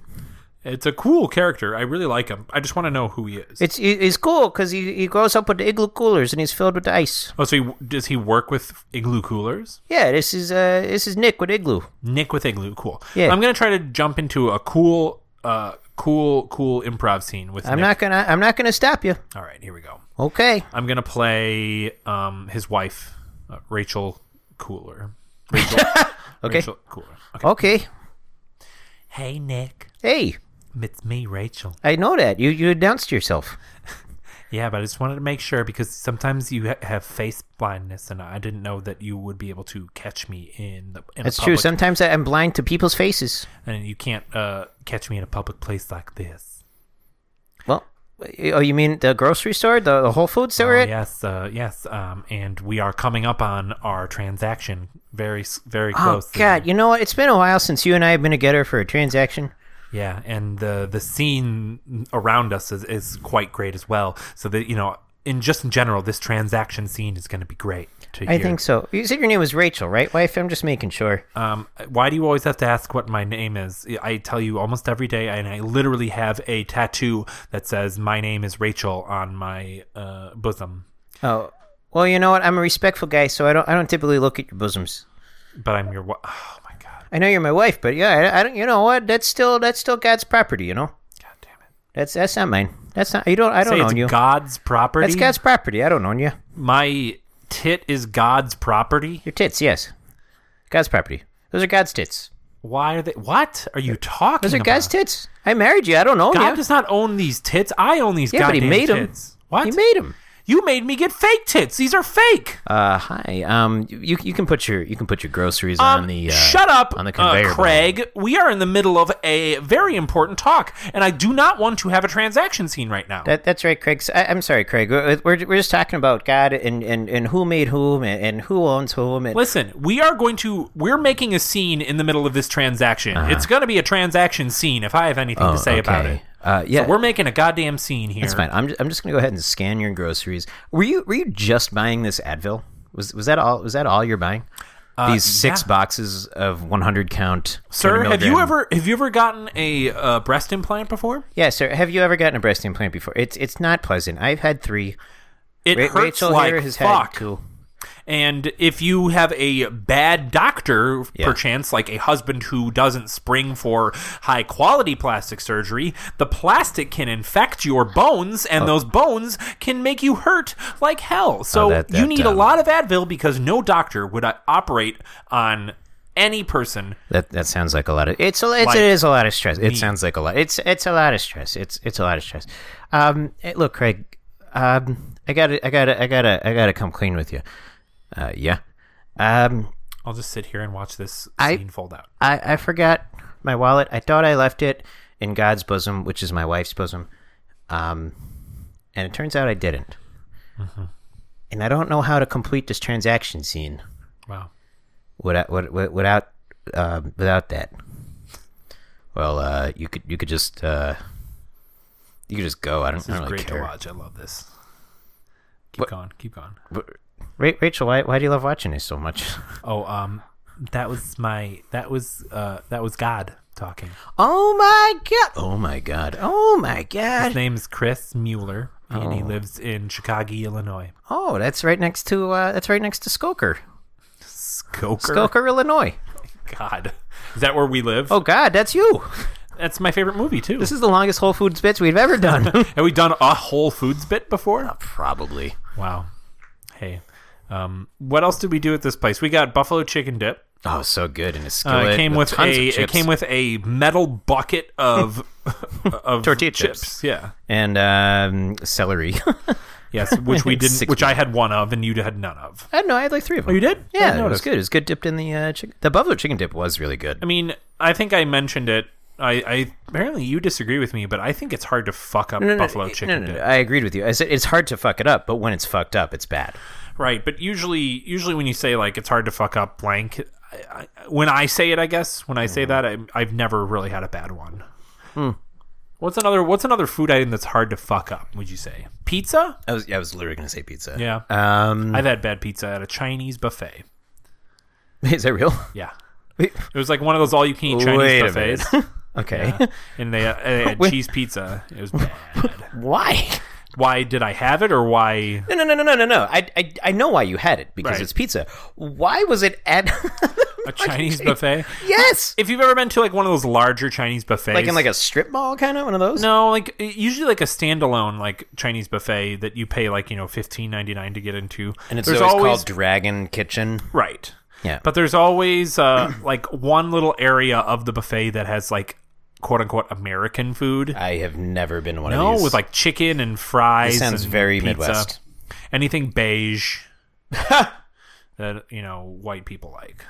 It's a cool character. I really like him. I just want to know who he is. It's it's cool because he, he grows up with the igloo coolers and he's filled with the ice. oh, so he, does he work with Igloo Coolers? Yeah, this is uh this is Nick with igloo. Nick with Igloo, cool. Yeah. I'm gonna try to jump into a cool, uh, cool, cool improv scene with I'm Nick. not gonna I'm not gonna stop you. All right, here we go. Okay. I'm gonna play um his wife, uh, Rachel Cooler. Rachel, Okay. Rachel Cooler. Okay. Okay. Hey Nick, Hey, it's me, Rachel. I know that you you announced yourself. Yeah, but I just wanted to make sure because sometimes you ha- have face blindness, and I didn't know that you would be able to catch me in the. In That's a true. public, Sometimes I- I'm blind to people's faces. and you can't uh, catch me in a public place like this. Well, oh, you mean the grocery store, the, the Whole Foods that Oh, we're at? yes, uh, yes, um, and we are coming up on our transaction very, s- very Oh close. God! You know what? It's been a while since you and I have been together for a transaction. Yeah, and the the scene around us is, is quite great as well. So that you know, in just in general, this transaction scene is going to be great. To I hear. think so. You said your name was Rachel, right, wife? I'm just making sure. Um, why do you always have to ask what my name is? I tell you almost every day, and I literally have a tattoo that says "My name is Rachel" on my uh, bosom. Oh, well, you know what? I'm a respectful guy, so I don't I don't typically look at your bosoms. But I'm your. Wa- oh my god! I know you're my wife, but yeah, I, I don't. You know what? That's still that's still God's property. You know, God damn it! that's that's not mine. That's not. You don't. I don't Say it's own you. God's property. That's God's property. I don't own you. my tit is God's property. Your tits, yes, God's property. Those are God's tits. Why are they? What are you talking? Those are about? God's tits. I married you. I don't own God you. does not own these tits. I own these Yeah, but he goddamn made 'em. tits. What? You made him. you made me get fake tits. These are fake. Uh, hi. Um, you you can put your you can put your groceries on the uh, Um, shut up, on the uh, conveyor belt. Craig. We are in the middle of a very important talk, and I do not want to have a transaction scene right now. That, that's right, Craig. So- I, I'm sorry, Craig. We're, we're, we're just talking about God and, and, and who made whom and, and who owns whom. And, Listen, we are going to we're making a scene in the middle of this transaction. It's going to be a transaction scene if I have anything to say about Uh-huh. Oh, okay. it. Uh, yeah, We're making a goddamn scene here. that's fine. I'm just, I'm just gonna go ahead and scan your groceries. Were you were you just buying this Advil? Was was that all? Was that all you're buying? These six Uh, yeah. boxes of 100 count. Sir, 200 have you milligram- ever have you ever gotten a uh, breast implant before? Yeah, sir. Have you ever gotten a breast implant before? It's it's not pleasant. I've had three. It Ra- hurts Rachel like here has fuck. had two. And if you have a bad doctor, Yeah. perchance, like a husband who doesn't spring for high quality plastic surgery, the plastic can infect your bones, and those bones can make you hurt like hell. So Oh, that- you that, need a um, lot of Advil because no doctor would uh, operate on any person. That that sounds like a lot of it's a it's, Like it is a lot of stress. It sounds like a lot. It's it's a lot of stress. It's it's a lot of stress. Um, eh, look, Craig. Um, I gotta I gotta I gotta I gotta come clean with you. Uh, yeah. Um, I'll just sit here and watch this I- scene fold out. I I forgot my wallet. I thought I left it in God's bosom, which is my wife's bosom. Um, and it turns out I didn't. Mm-hmm. And I don't know how to complete this transaction scene Wow. without wi- wi- without uh, without that. Well, uh, you could you could just uh, you could just go. I don't, I This don't is really great to care. watch. I love this. Keep What- going. Keep going. Ra- Rachel, why why do you love watching this so much? Oh, um, that was my that was uh that was God talking. Oh my god! Oh my god! Oh my His god! name is Chris Mueller, and he lives in Chicago, Illinois. Oh, that's right next to uh, that's right next to Skulker, Skoker. Skulker, Illinois. God, is that where we live? Oh god, that's you. That's my favorite movie too. This is the longest Whole Foods bits we've ever done. Have we done a Whole Foods bit before? Probably. Wow. Hey, um, what else did we do at this place? We got buffalo chicken dip. Oh, so good in a skillet. Uh, it came with tons of a it chips. came with a metal bucket of of Tortilla chips. chips. Yeah. and um, celery. Yes, which we didn't, Six which I had one of, and you had none of. I don't know. Oh, I had like three of them. you did? I Yeah, didn't it was notice. good. It was good dipped in the uh, chicken. The buffalo chicken dip was really good. I mean, I think I mentioned it. I, I apparently you disagree with me, but I think it's hard to fuck up buffalo chicken no, dip. no, I agreed with you. I said it's hard to fuck it up, but when it's fucked up, it's bad. Right, but usually, usually when you say like it's hard to fuck up blank, I, I, when I say it, I guess when I Hmm. say that, I, I've never really had a bad one. What's another What's another food item that's hard to fuck up? Would you say pizza? I was I was literally gonna say pizza. Yeah, Um, I've had bad pizza at a Chinese buffet. is that real? Yeah, Wait, it was like one of those all you can eat Chinese wait a minute. buffets, Okay. and they, they had cheese pizza. It was bad. Why? why did I have it, or why? No, no, no, no, no, no, no. I, I, I know why you had it because Right. it's pizza. Why was it at a Chinese buffet. Yes. If you've ever been to like one of those larger Chinese buffets, Like in like a strip mall, kind of one of those. no, like usually like a standalone like Chinese buffet that you pay like you know fifteen ninety nine to get into, And it's always, called Dragon Kitchen. right, Yeah. but there's always uh like one little area of the buffet that has like quote unquote American food. I have never been to one of No, these. with like chicken and fries. This sounds and very pizza. Midwest. Anything beige that you know white people like.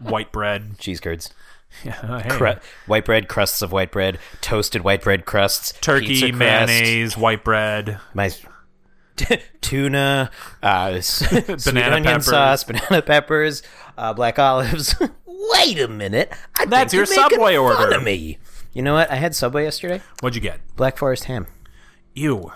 White bread, cheese curds. yeah, hey. Cru- white bread crusts of white bread, toasted white bread crusts, pizza turkey, crust, mayonnaise, white bread. my tuna, uh, s- sweet Banana onion peppers. sauce, banana peppers, uh, black olives. Wait a minute, I That's think your you're making Subway fun order. of me. You know what? I had Subway yesterday. What'd you get? Black Forest ham. Ew.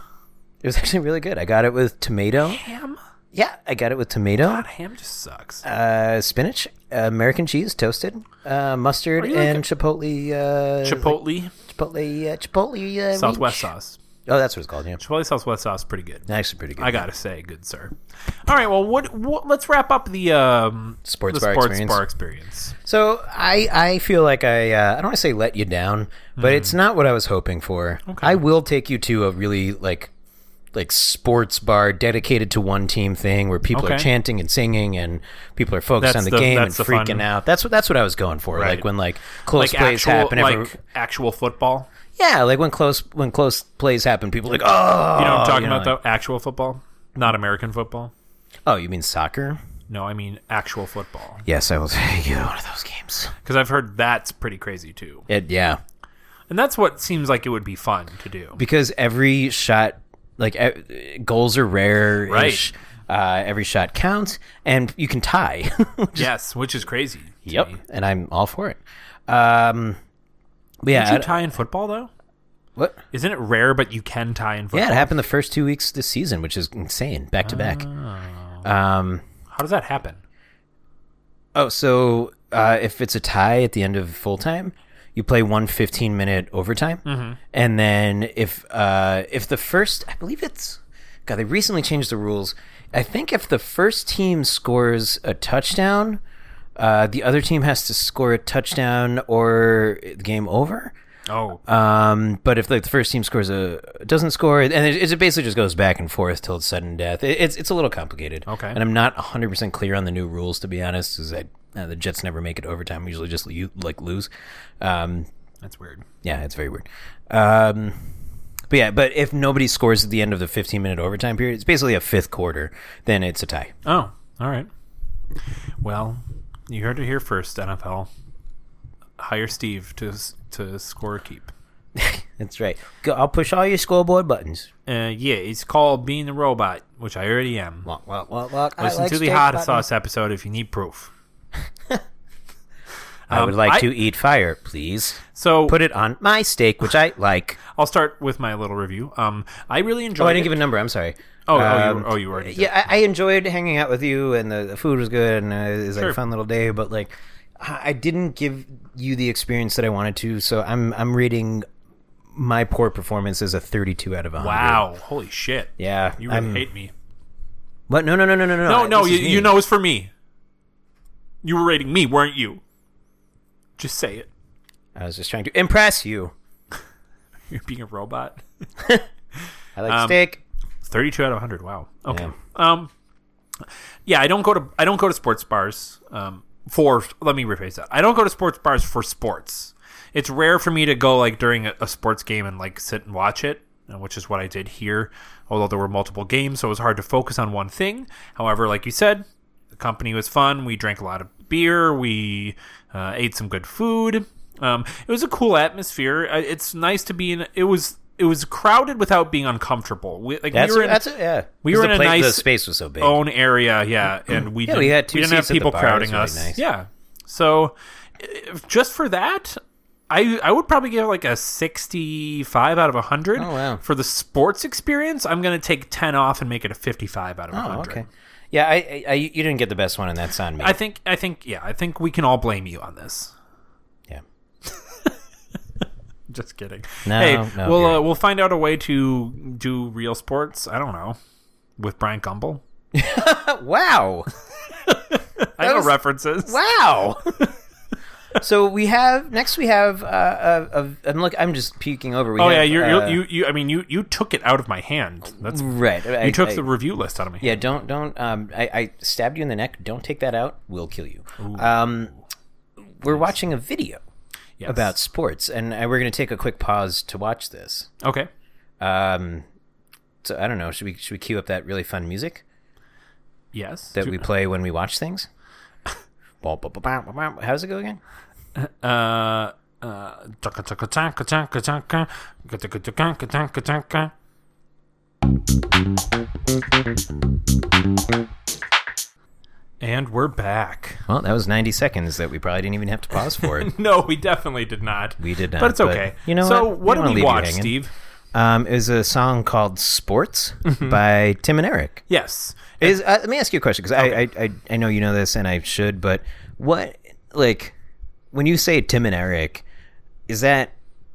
It was actually really good. I got it with tomato. Ham? Yeah, I got it with tomato, Ham just sucks. uh, spinach, American cheese toasted, uh, mustard, you like and chipotle. Uh, Chipotle Chipotle, uh, Chipotle, uh, Southwest reach. sauce. Oh, that's what it's called. Yeah, Chipotle Southwest sauce, pretty good. actually pretty good. I gotta say, good sir. All right, well, what? what let's wrap up the um, Sports the bar sports experience. bar experience. So I, I feel like I, uh, I don't want to say let you down, Hmm. but it's not what I was hoping for. I will take you to a really like, like sports bar dedicated to one team thing where people are Okay. chanting and singing and people are focused That's on the, the- game and that's the freaking fun- out. That's what that's what I was going for. Like when like close Like plays actual, happen, like everyone- actual football. yeah, like when close when close plays happen, people are like oh, You know what I'm talking know, about, though? Actual football, not American football. oh, you mean soccer? No, I mean actual football. Yes, I will take you to one of those games. Because I've heard that's pretty crazy too, It, yeah, and that's what seems like it would be fun to do. because every shot like e- goals are rare Right. uh, every shot counts and you can tie yes, which is crazy. to yep me. and i'm all for it um but yeah Don't you I- tie in football though? what Isn't it rare, but you can tie in football? yeah it happened the first two weeks this season which is insane back to back Oh. um How does that happen? oh so uh if it's a tie at the end of full time you play one 15 minute overtime and then if uh if the first i believe it's god they recently changed the rules i think if the first team scores a touchdown uh the other team has to score a touchdown or game over Oh, um, but if like the first team scores a doesn't score, and it, it basically just goes back and forth till it's sudden death. It, it's it's a little complicated. Okay. and I'm not 100 percent clear on the new rules to be honest. Is that uh, the Jets never make it to overtime? Usually just you like lose. Um, that's weird. yeah, it's very weird. Um, but yeah, but if nobody scores at the end of the 15 minute overtime period, it's basically a fifth quarter. Then it's a tie. Oh, all right. Well, you heard it here first, NFL. Hire Steve to to score keep. That's right. Go, I'll push all your scoreboard buttons. Uh, yeah, it's called Being a Robot, which I already am. Walk, walk, walk, walk. I Listen like to the steak hot buttons. sauce episode if you need proof. I would Um, like I- to eat fire, please. So Put it on my steak, which I like. I'll start with my little review. Um, I really enjoyed. Oh, I didn't it. give a number. I'm sorry. Oh, oh, Um, you, oh, you already. Did. yeah, I, I enjoyed hanging out with you, and the, the food was good, and uh, it was like Sure. a fun little day. But like, I I didn't give you the experience that I wanted to, so I'm I'm rating my poor performance as a 32 out of 100. Wow. Holy shit. Yeah. You really I'm- hate me. What? No, no, no, no, no, no. No, no. this You, is me. you know it's for me. You were rating me, weren't you? Just say it. I was just trying to impress you. You're being a robot. I Um, like steak. 32 out of 100 wow okay Yeah. um yeah i don't go to i don't go to sports bars um for let me rephrase that i don't go to sports bars for sports it's rare for me to go like during a, a sports game and like sit and watch it uh, which is what i did here although there were multiple games so it was hard to focus on one thing however like you said the company was fun we drank a lot of beer we uh, ate some good food um, it was a cool atmosphere I- it's nice to be in it was it was crowded without being uncomfortable we, like That's we were in, that's it. Yeah. we 'Cause were the in a place- the nice space was so big. own area, yeah, and we Yeah, didn't, we had two didn't have seats at the people bar. It crowding was really us, nice. yeah. So if, just for that, I I would probably give it like a sixty five out of hundred. Oh, wow. For the sports experience, I'm gonna take ten off and make it a fifty five out of Oh, hundred. okay. Yeah, I, I, I, you didn't get the best one, and that's on me. I think I think yeah, I think we can all blame you on this. yeah. Just kidding. No, hey, no, we'll you're uh, we'll find out a way to do real sports. I don't know with Brian Gumble. Wow. I know was- references. Wow. so we have next. We have. Uh, uh, uh, I'm look. I'm just peeking over. We Oh have, yeah, you're, uh, you're, you you. I mean, you you took it out of my hand. That's right. You You took the review list out of me. Yeah. Don't don't. Um. I, I stabbed you in the neck. Don't take that out. We'll kill you. Um. We're watching a video Yes. about sports, and uh, we're going to take a quick pause to watch this. okay. Um. So I don't know. Should we should we cue up that really fun music Yes. that we play when we watch things? How does it go again? Uh, uh, taka taka taka taka taka, taka taka taka taka taka. And we're back. Well, that was 90 seconds that we probably didn't even have to pause for it. No, we definitely did not. We did not. But it's okay. you know so what? what don't did wanna we leave you watch, hanging. Steve? Um, it was a song called "Sports" Mm-hmm. by Tim and Eric. Yes. Is uh, let me ask you a question because I, I I I know you know this and I should, but what like when you say Tim and Eric, is that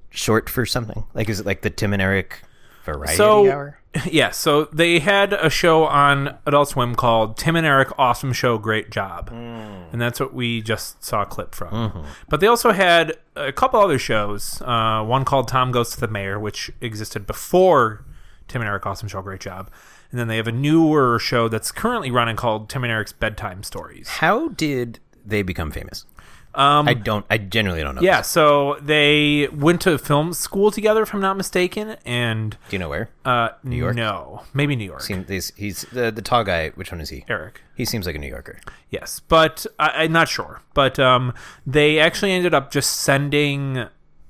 short for something? Like, is it like the Tim and Eric variety so hour? yeah so they had a show on adult swim called tim and eric awesome show great job and that's what we just saw a clip from but they also had a couple other shows uh, one called tom goes to the mayor which existed before tim and eric awesome show great job and then they have a newer show that's currently running called tim and eric's bedtime stories How did they become famous? Um, I don't. I generally don't know. yeah so they went to film school together if i'm not mistaken and Do you know where? uh, York? no maybe new york Seem- he's, he's the the tall guy. Which one is he? eric He seems like a New Yorker. Yes, but I, I'm not sure. But um, they actually ended up just sending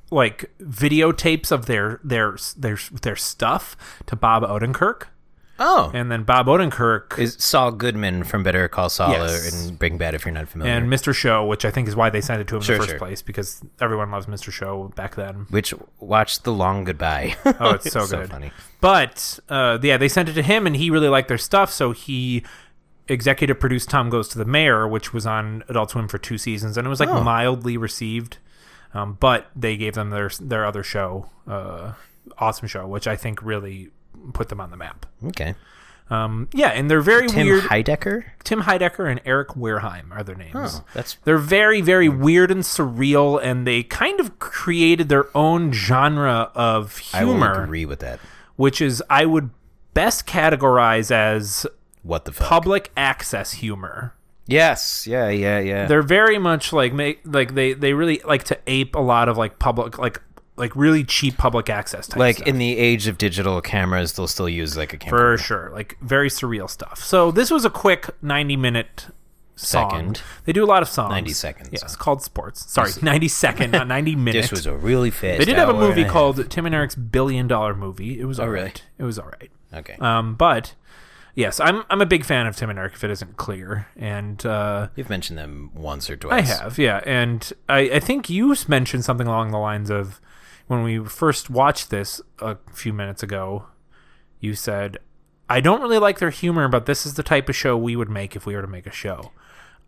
like videotapes of their their their their stuff to Bob Odenkirk, Oh, and then Bob Odenkirk is Saul Goodman from Better Call Saul Yes. or and Breaking Bad if you're not familiar. and Mr. Show, which I think is why they sent it to him Sure, in the first sure. place because everyone loves Mr. Show back then. which watched The Long Goodbye. Oh, it's so good. funny. But uh, yeah, they sent it to him, and he really liked their stuff, so he executive produced Tom Goes to the Mayor, which was on Adult Swim for two seasons, and it was Oh. like mildly received. Um, but they gave them their their other show, uh, awesome show, which I think really put them on the map. Okay. Um, yeah, and they're very Tim weird. Heidecker? Tim Heidecker and Eric Weirheim are their names. Oh, that's Hmm. They're very, very weird and surreal, and they kind of created their own genre of I will humor agree with that. which is I would best categorize as What the fuck? public access humor. yes. Yeah, yeah, yeah. They're very much like make like they they really like to ape a lot of like public like like really cheap public access type like stuff. in the age of digital cameras, they'll still use like a camera. for sure like very surreal stuff. So this was a quick 90 minute song. Second. They do a lot of songs. 90 seconds. Yeah, it's called sports. Sorry, ninety second, not ninety minutes. This was a really fast. they did have a hour and movie half. called Tim and Eric's Billion Dollar Movie. It was all Oh, really? right. It was all right. Okay. Um, but yes, I'm I'm a big fan of Tim and Eric. If it isn't clear, and uh, You've mentioned them once or I twice. have, yeah, and I, I think you s- mentioned something along the lines of when we first watched this a few minutes ago. You said, "I don't really like their humor, but this is the type of show we would make if we were to make a show."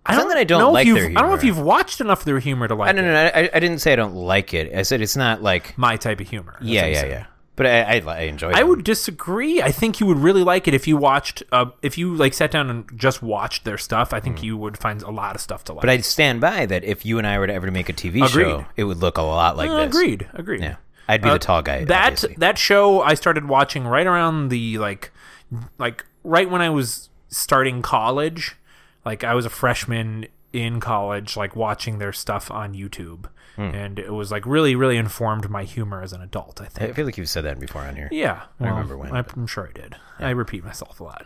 I not that I don't know if like you've- their I don't know if humor. you've watched enough of their humor to like I don't know. I, I didn't say I don't like it. I said it's not like. my type of humor. That's Yeah, what I'm yeah, saying. yeah. But I, I, I enjoy. I them. would disagree. I think you would really like it if you watched, uh, if you like sat down and just watched their stuff. I think you would find a lot of stuff to like. Mm. But I stand by that. If you and I were to ever make a TV show, Agreed. it would look a lot like Uh, this. agreed, agreed. Yeah, I'd be the tall guy. that obviously. that show I started watching right around the like, like right when I was starting college. Like I was a freshman in college, like watching their stuff on YouTube, Hmm. and it was like really, really informed my humor as an adult. I think. I feel like you've said that before on here. Yeah, I remember when, but- I'm sure I did. I repeat myself a lot,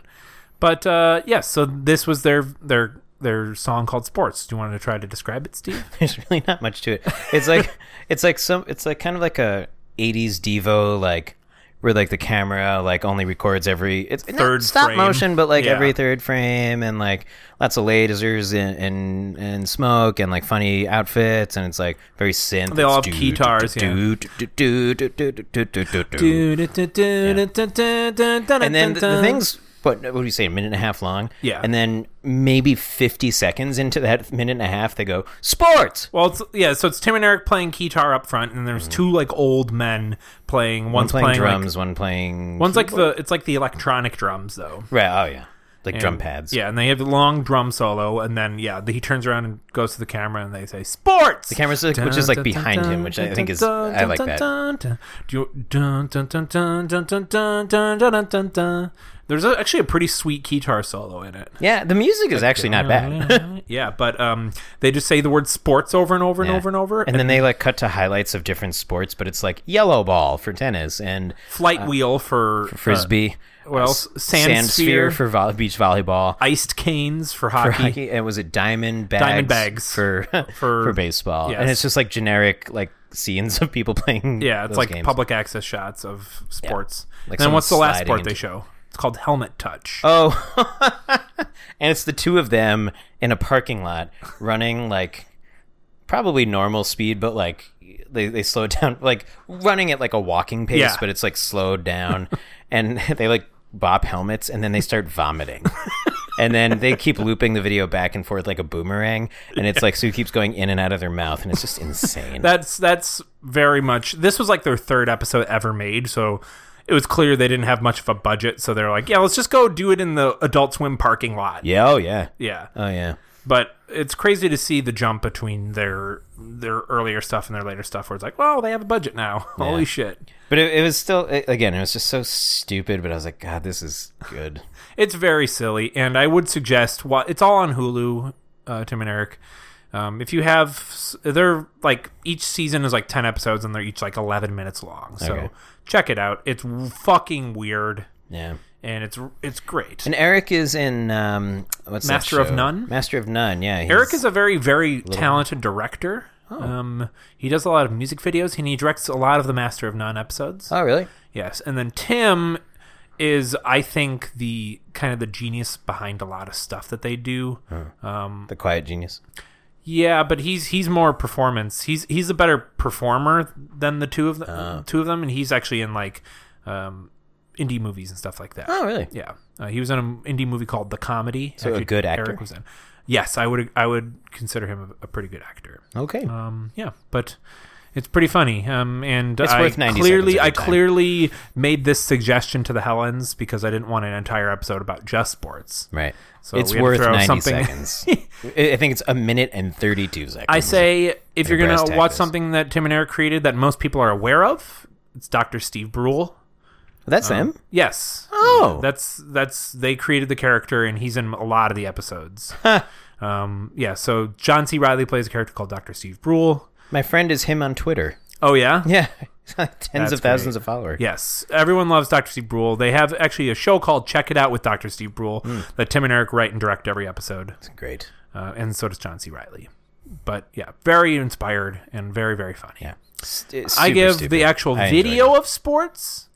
but uh, yes. so this was their their their song called "Sports." Do you want to try to describe it, Steve? There's really not much to it. It's like it's like some. It's like kind of like a '80s Devo like. Where like the camera like only records every it's not Third stop frame. motion, but like Yeah. every third frame, and like lots of lasers and, and and smoke and like funny outfits, and it's like very synth. They all It's have do- keytars, do- do- do- do- do- do- do- do- do- do- do. and and then the, the things what what do you say a minute and a half long Yeah. and then maybe 50 seconds into that minute and a half they go sports Well, it's, yeah. So it's Tim and Eric playing guitar up front, and there's two like old men playing. One's Mm-hmm. playing, playing, like- drums one playing one's like the it's like the electronic drums though. right oh yeah like drum And- pads Yeah, and they have the long drum solo, and then yeah, the, he turns around and goes to the camera, and they say sports. The camera's, like, which is, like, behind him, which I think is- I like that. that. There's a, actually a pretty sweet guitar solo in it. yeah the music is actually not bad yeah, but um, they just say the word sports over and over and Yeah. over and over, and then they like cut to highlights of different sports but it's like yellow ball for tennis and flight wheel for, uh, frisbee uh, what else? Sand, sphere, for vo- beach volleyball uh, iced canes for for hockey. hockey and was it diamond bags, Diamond bags. for for, For- baseball yes. and it's just like generic like scenes of people playing Yeah, it's those like games. public access shots of sports. Like and then what's the someone last sliding sport into- they show? It's called helmet touch. oh and it's the two of them in a parking lot running like probably normal speed but like they, they slow it down like running at like a walking pace Yeah. but it's like slowed down and they like bop helmets and then they start vomiting and then they keep looping the video back and forth like a boomerang and it's like so it keeps going in and out of their mouth and it's just insane That's that's very much. This was like their third episode ever made, so it was clear they didn't have much of a budget. So they're like, yeah, let's just go do it in the Adult Swim parking lot. yeah oh yeah Yeah. oh yeah but it's crazy to see the jump between their their earlier stuff and their later stuff, where it's like, well, they have a budget now. Holy shit! But it, it was still a- again, it was just so stupid. But I was like, God, this is good. It's very silly, and I would suggest what it's all on Hulu. Uh, Tim and Eric. Um, if you have, s- they're like each season is like ten episodes, and they're each like eleven minutes long. So Okay. check it out. It's w- fucking weird, Yeah. and it's it's great. And Eric is in um, what's that Master of show? None? Master of None. Yeah. he's- Eric is a very, very talented director. Oh. Um, he does a lot of music videos, and he directs a lot of the Master of None episodes. Oh really? Yes, and then Tim is, I think, the kind of the genius behind a lot of stuff that they do. Um, The Quiet Genius. Yeah, but he's he's more performance. He's he's a better performer than the two of them. Oh. Two of them, and he's actually in like um, indie movies and stuff like that. Oh really? Yeah, uh, he was in an indie movie called The Comedy. So a good actor? Eric was in. Yes, I would I would consider him a, a pretty good actor. Okay. Um, yeah, but it's pretty funny. Um, and It's I worth 90 clearly, seconds I every time. clearly made this suggestion to the Helens because I didn't want an entire episode about just sports. right. so it's we had to worth throw ninety something- seconds. I I think it's a minute and thirty-two seconds. I say if you're brass gonna tack watch is. something that Tim and Eric created that most people are aware of, it's Dr. Steve Brule. that's um, him. Yes. Oh. That's that's they created the character and he's in a lot of the episodes. um, yeah. So John C. Riley plays a character called Dr. Steve Brule. My friend is him on Twitter. Oh yeah. Yeah. Tens of great. thousands of followers. Yes, everyone loves Dr. Steve Brule. They have Hmm. actually a show called Check It Out with Dr. Steve Brule that Tim and Eric write and direct every episode. It's great. uh, and so does John C. Riley. But yeah, very inspired and very very funny. Yeah. St- I super give stupid. the actual I enjoyed video of sports.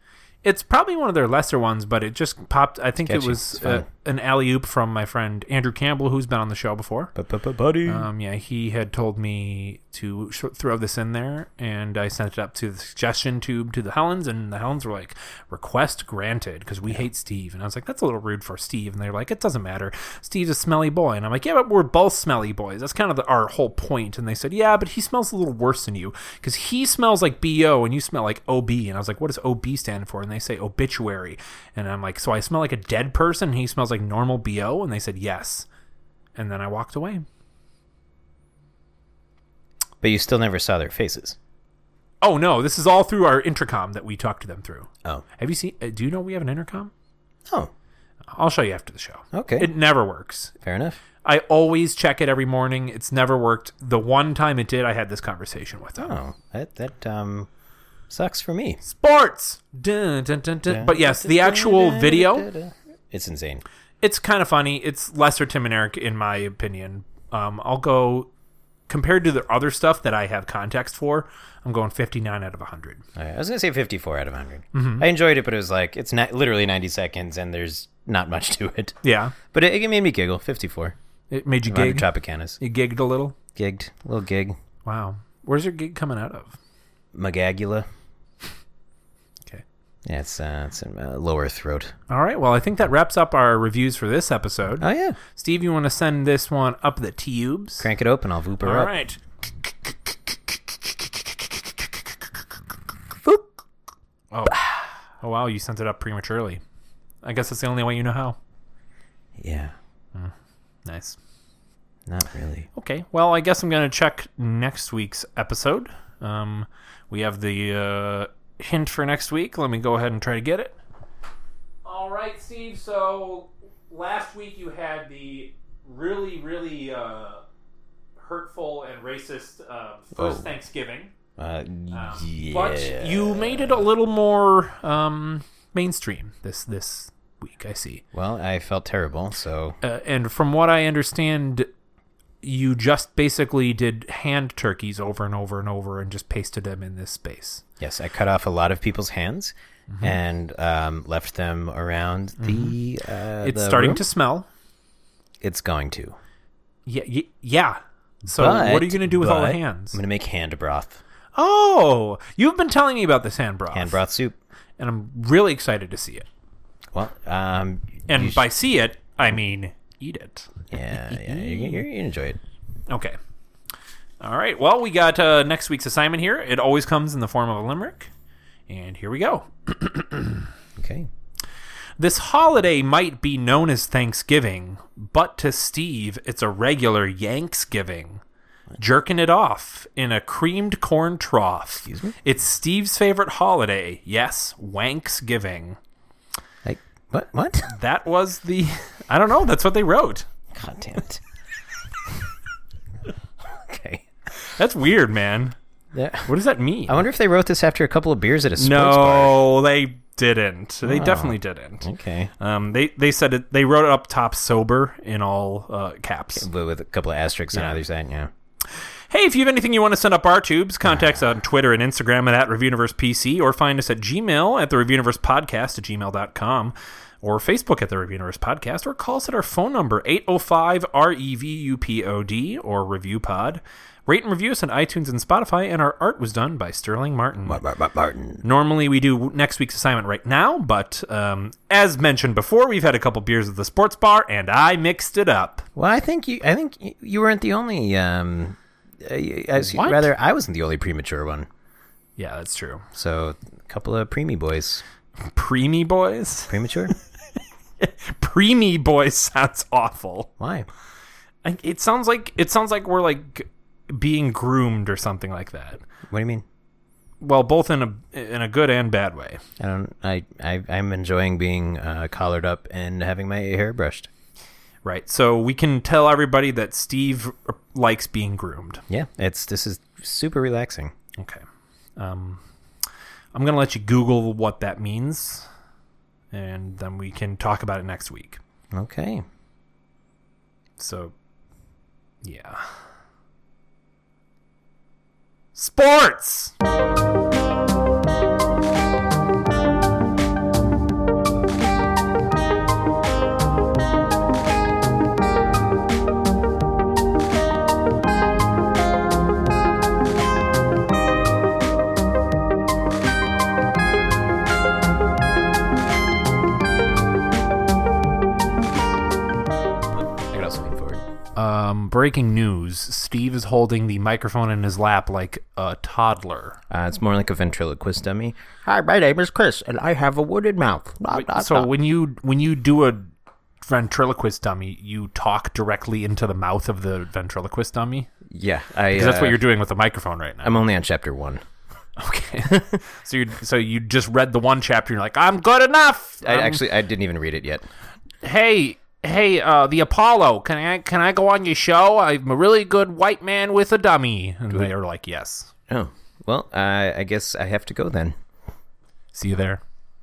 It's probably one of their lesser ones, but it just popped. I think Catchy. it It's was fun. uh, an alley oop from my friend Andrew Campbell, who's been on the show before. Buddy. Um, yeah, he had told me to sh- throw this in there, and I sent it up to the suggestion tube to the Helens, and the Helens were like, "Request granted," because we hate Steve, and I was like, "That's a little rude for Steve," and they're like, "It doesn't matter. Steve's a smelly boy," and I'm like, "Yeah, but we're both smelly boys. That's kind of the, our whole point." And they said, "Yeah, but he smells a little worse than you because he smells like bo, and you smell like ob." And I was like, "What does ob stand for?" And they say obituary, and I'm like, "So I smell like a dead person, and he smells like normal bo?" And they said, "Yes." And then I walked away. But you still never saw their faces. Oh no, this is all through our intercom that we talk to them through. Oh. Have you seen? uh, Do you know we have an intercom? Oh. I'll show you after the show. Okay. It never works. Fair enough. I always check it every morning. It's never worked. The one time it did, I had this conversation with them. Oh, that that um sucks for me. Sports. Dun, dun, dun, dun. But yes, the actual video. It's insane. It's kind of funny. It's lesser Tim and Eric in my opinion. Um, I'll go compared to the other stuff that I have context for. I'm going 59 out of 100. All right, I was gonna say 54 out of 100. I enjoyed it, but it was like it's not literally 90 seconds, and there's not much to it. Yeah, But it, it made me giggle. 54. it made you Under gig. Tropicanas. You gigged a little. Gigged. Little gig. Wow. Where's your gig coming out of? Magagula. Okay. Yeah, it's uh, it's in uh, lower throat. All right. Well, I think that wraps up our reviews for this episode. Oh yeah. Steve, you want to send this one up the tubes? Crank it open. I'll voop her All up. right. Oh. oh, wow. You sent it up prematurely. I guess that's the only way you know how. Yeah. Nice. Not really. Okay. Well, I guess I'm going to check next week's episode. Um, we have the uh, hint for next week. Let me go ahead and try to get it. All right, Steve. So last week you had the really, really uh, hurtful and racist uh, first Oh. Thanksgiving. Uh, Um, yeah. But you made it a little more um, mainstream this this week. I see. Well, I felt terrible, so Uh, and from what I understand, you just basically did hand turkeys over and over and over and just pasted them in this space. yes, I cut off a lot of people's hands Mm-hmm. and um, left them around the. Uh, It's the starting room. to smell. It's going to. Yeah, y- yeah. So But- what are you going to do with all the but hands? I'm gonna make hand broth, Oh, you've been telling me about this hand broth, hand broth soup. and I'm really excited to see it. Well, um, And you sh- by see it, I mean eat it. yeah, yeah, you, you, you enjoy it. Okay. All right. Well, we got uh, next week's assignment here. It always comes in the form of a limerick, and here we go. Okay. This holiday might be known as Thanksgiving, but to Steve, it's a regular Yanksgiving. Jerking it off in a creamed corn trough. Excuse me? It's Steve's favorite holiday. Yes, Wanksgiving. Like what? What? That was the. I don't know. That's what they wrote. God damn it. okay. That's weird, man. Yeah. What does that mean? I wonder if they wrote this after a couple of beers at a sports bar. no, they didn't. They definitely didn't. Ah. Okay. Um, they they said it. They wrote it up top sober in all uh, caps. But with a couple of asterisks on either side. Yeah. Hey, if you have anything you want to send up our tubes, contact us on Twitter and Instagram at, at PC or find us at Gmail at the Reviewniverse Podcast at gmail.com or Facebook at the Reviewniverse Podcast or call us at our phone number 805 REVUPOD or ReviewPod. Rate and review us on iTunes and Spotify, and our art was done by Sterling Martin. Martin. Normally, we do next week's assignment right now, but um, as mentioned before, we've had a couple beers at the sports bar, and I mixed it up. Well, I think you. I think y- you weren't the only. Um, uh, y- I s- What? rather, I wasn't the only premature one. Yeah, that's true. So, a couple of preemie boys. Preemie boys. Premature? preemie boy sounds awful. Why? Like, It sounds like it sounds like we're like being groomed or something like that. What do you mean? Well, both in a in a good and bad way. I don't. I. I I'm enjoying being uh, collared up and having my hair brushed. Right. So we can tell everybody that Steve uh, likes being groomed. Yeah. It's. This is super relaxing. Okay. Um I'm going to let you Google what that means and then we can talk about it next week. Okay. So Yeah. Sports. I could also lean forward. Um, breaking news: Steve is holding the microphone in his lap like a toddler. Uh, it's more like a ventriloquist dummy. Hi, my name is Chris, and I have a wooden mouth. Blah, blah, so when you when you do a ventriloquist dummy, you talk directly into the mouth of the ventriloquist dummy. yeah, I. 'Cause That's uh, what you're doing with the microphone right now. I'm only on chapter one. Okay. so you so you just read the one chapter. and You're like, I'm good enough. I Um, actually I didn't even read it yet. hey hey uh the apollo can i can i go on your show i'm a really good white man with a dummy and they are like yes Oh well, I I guess I have to go then. see you there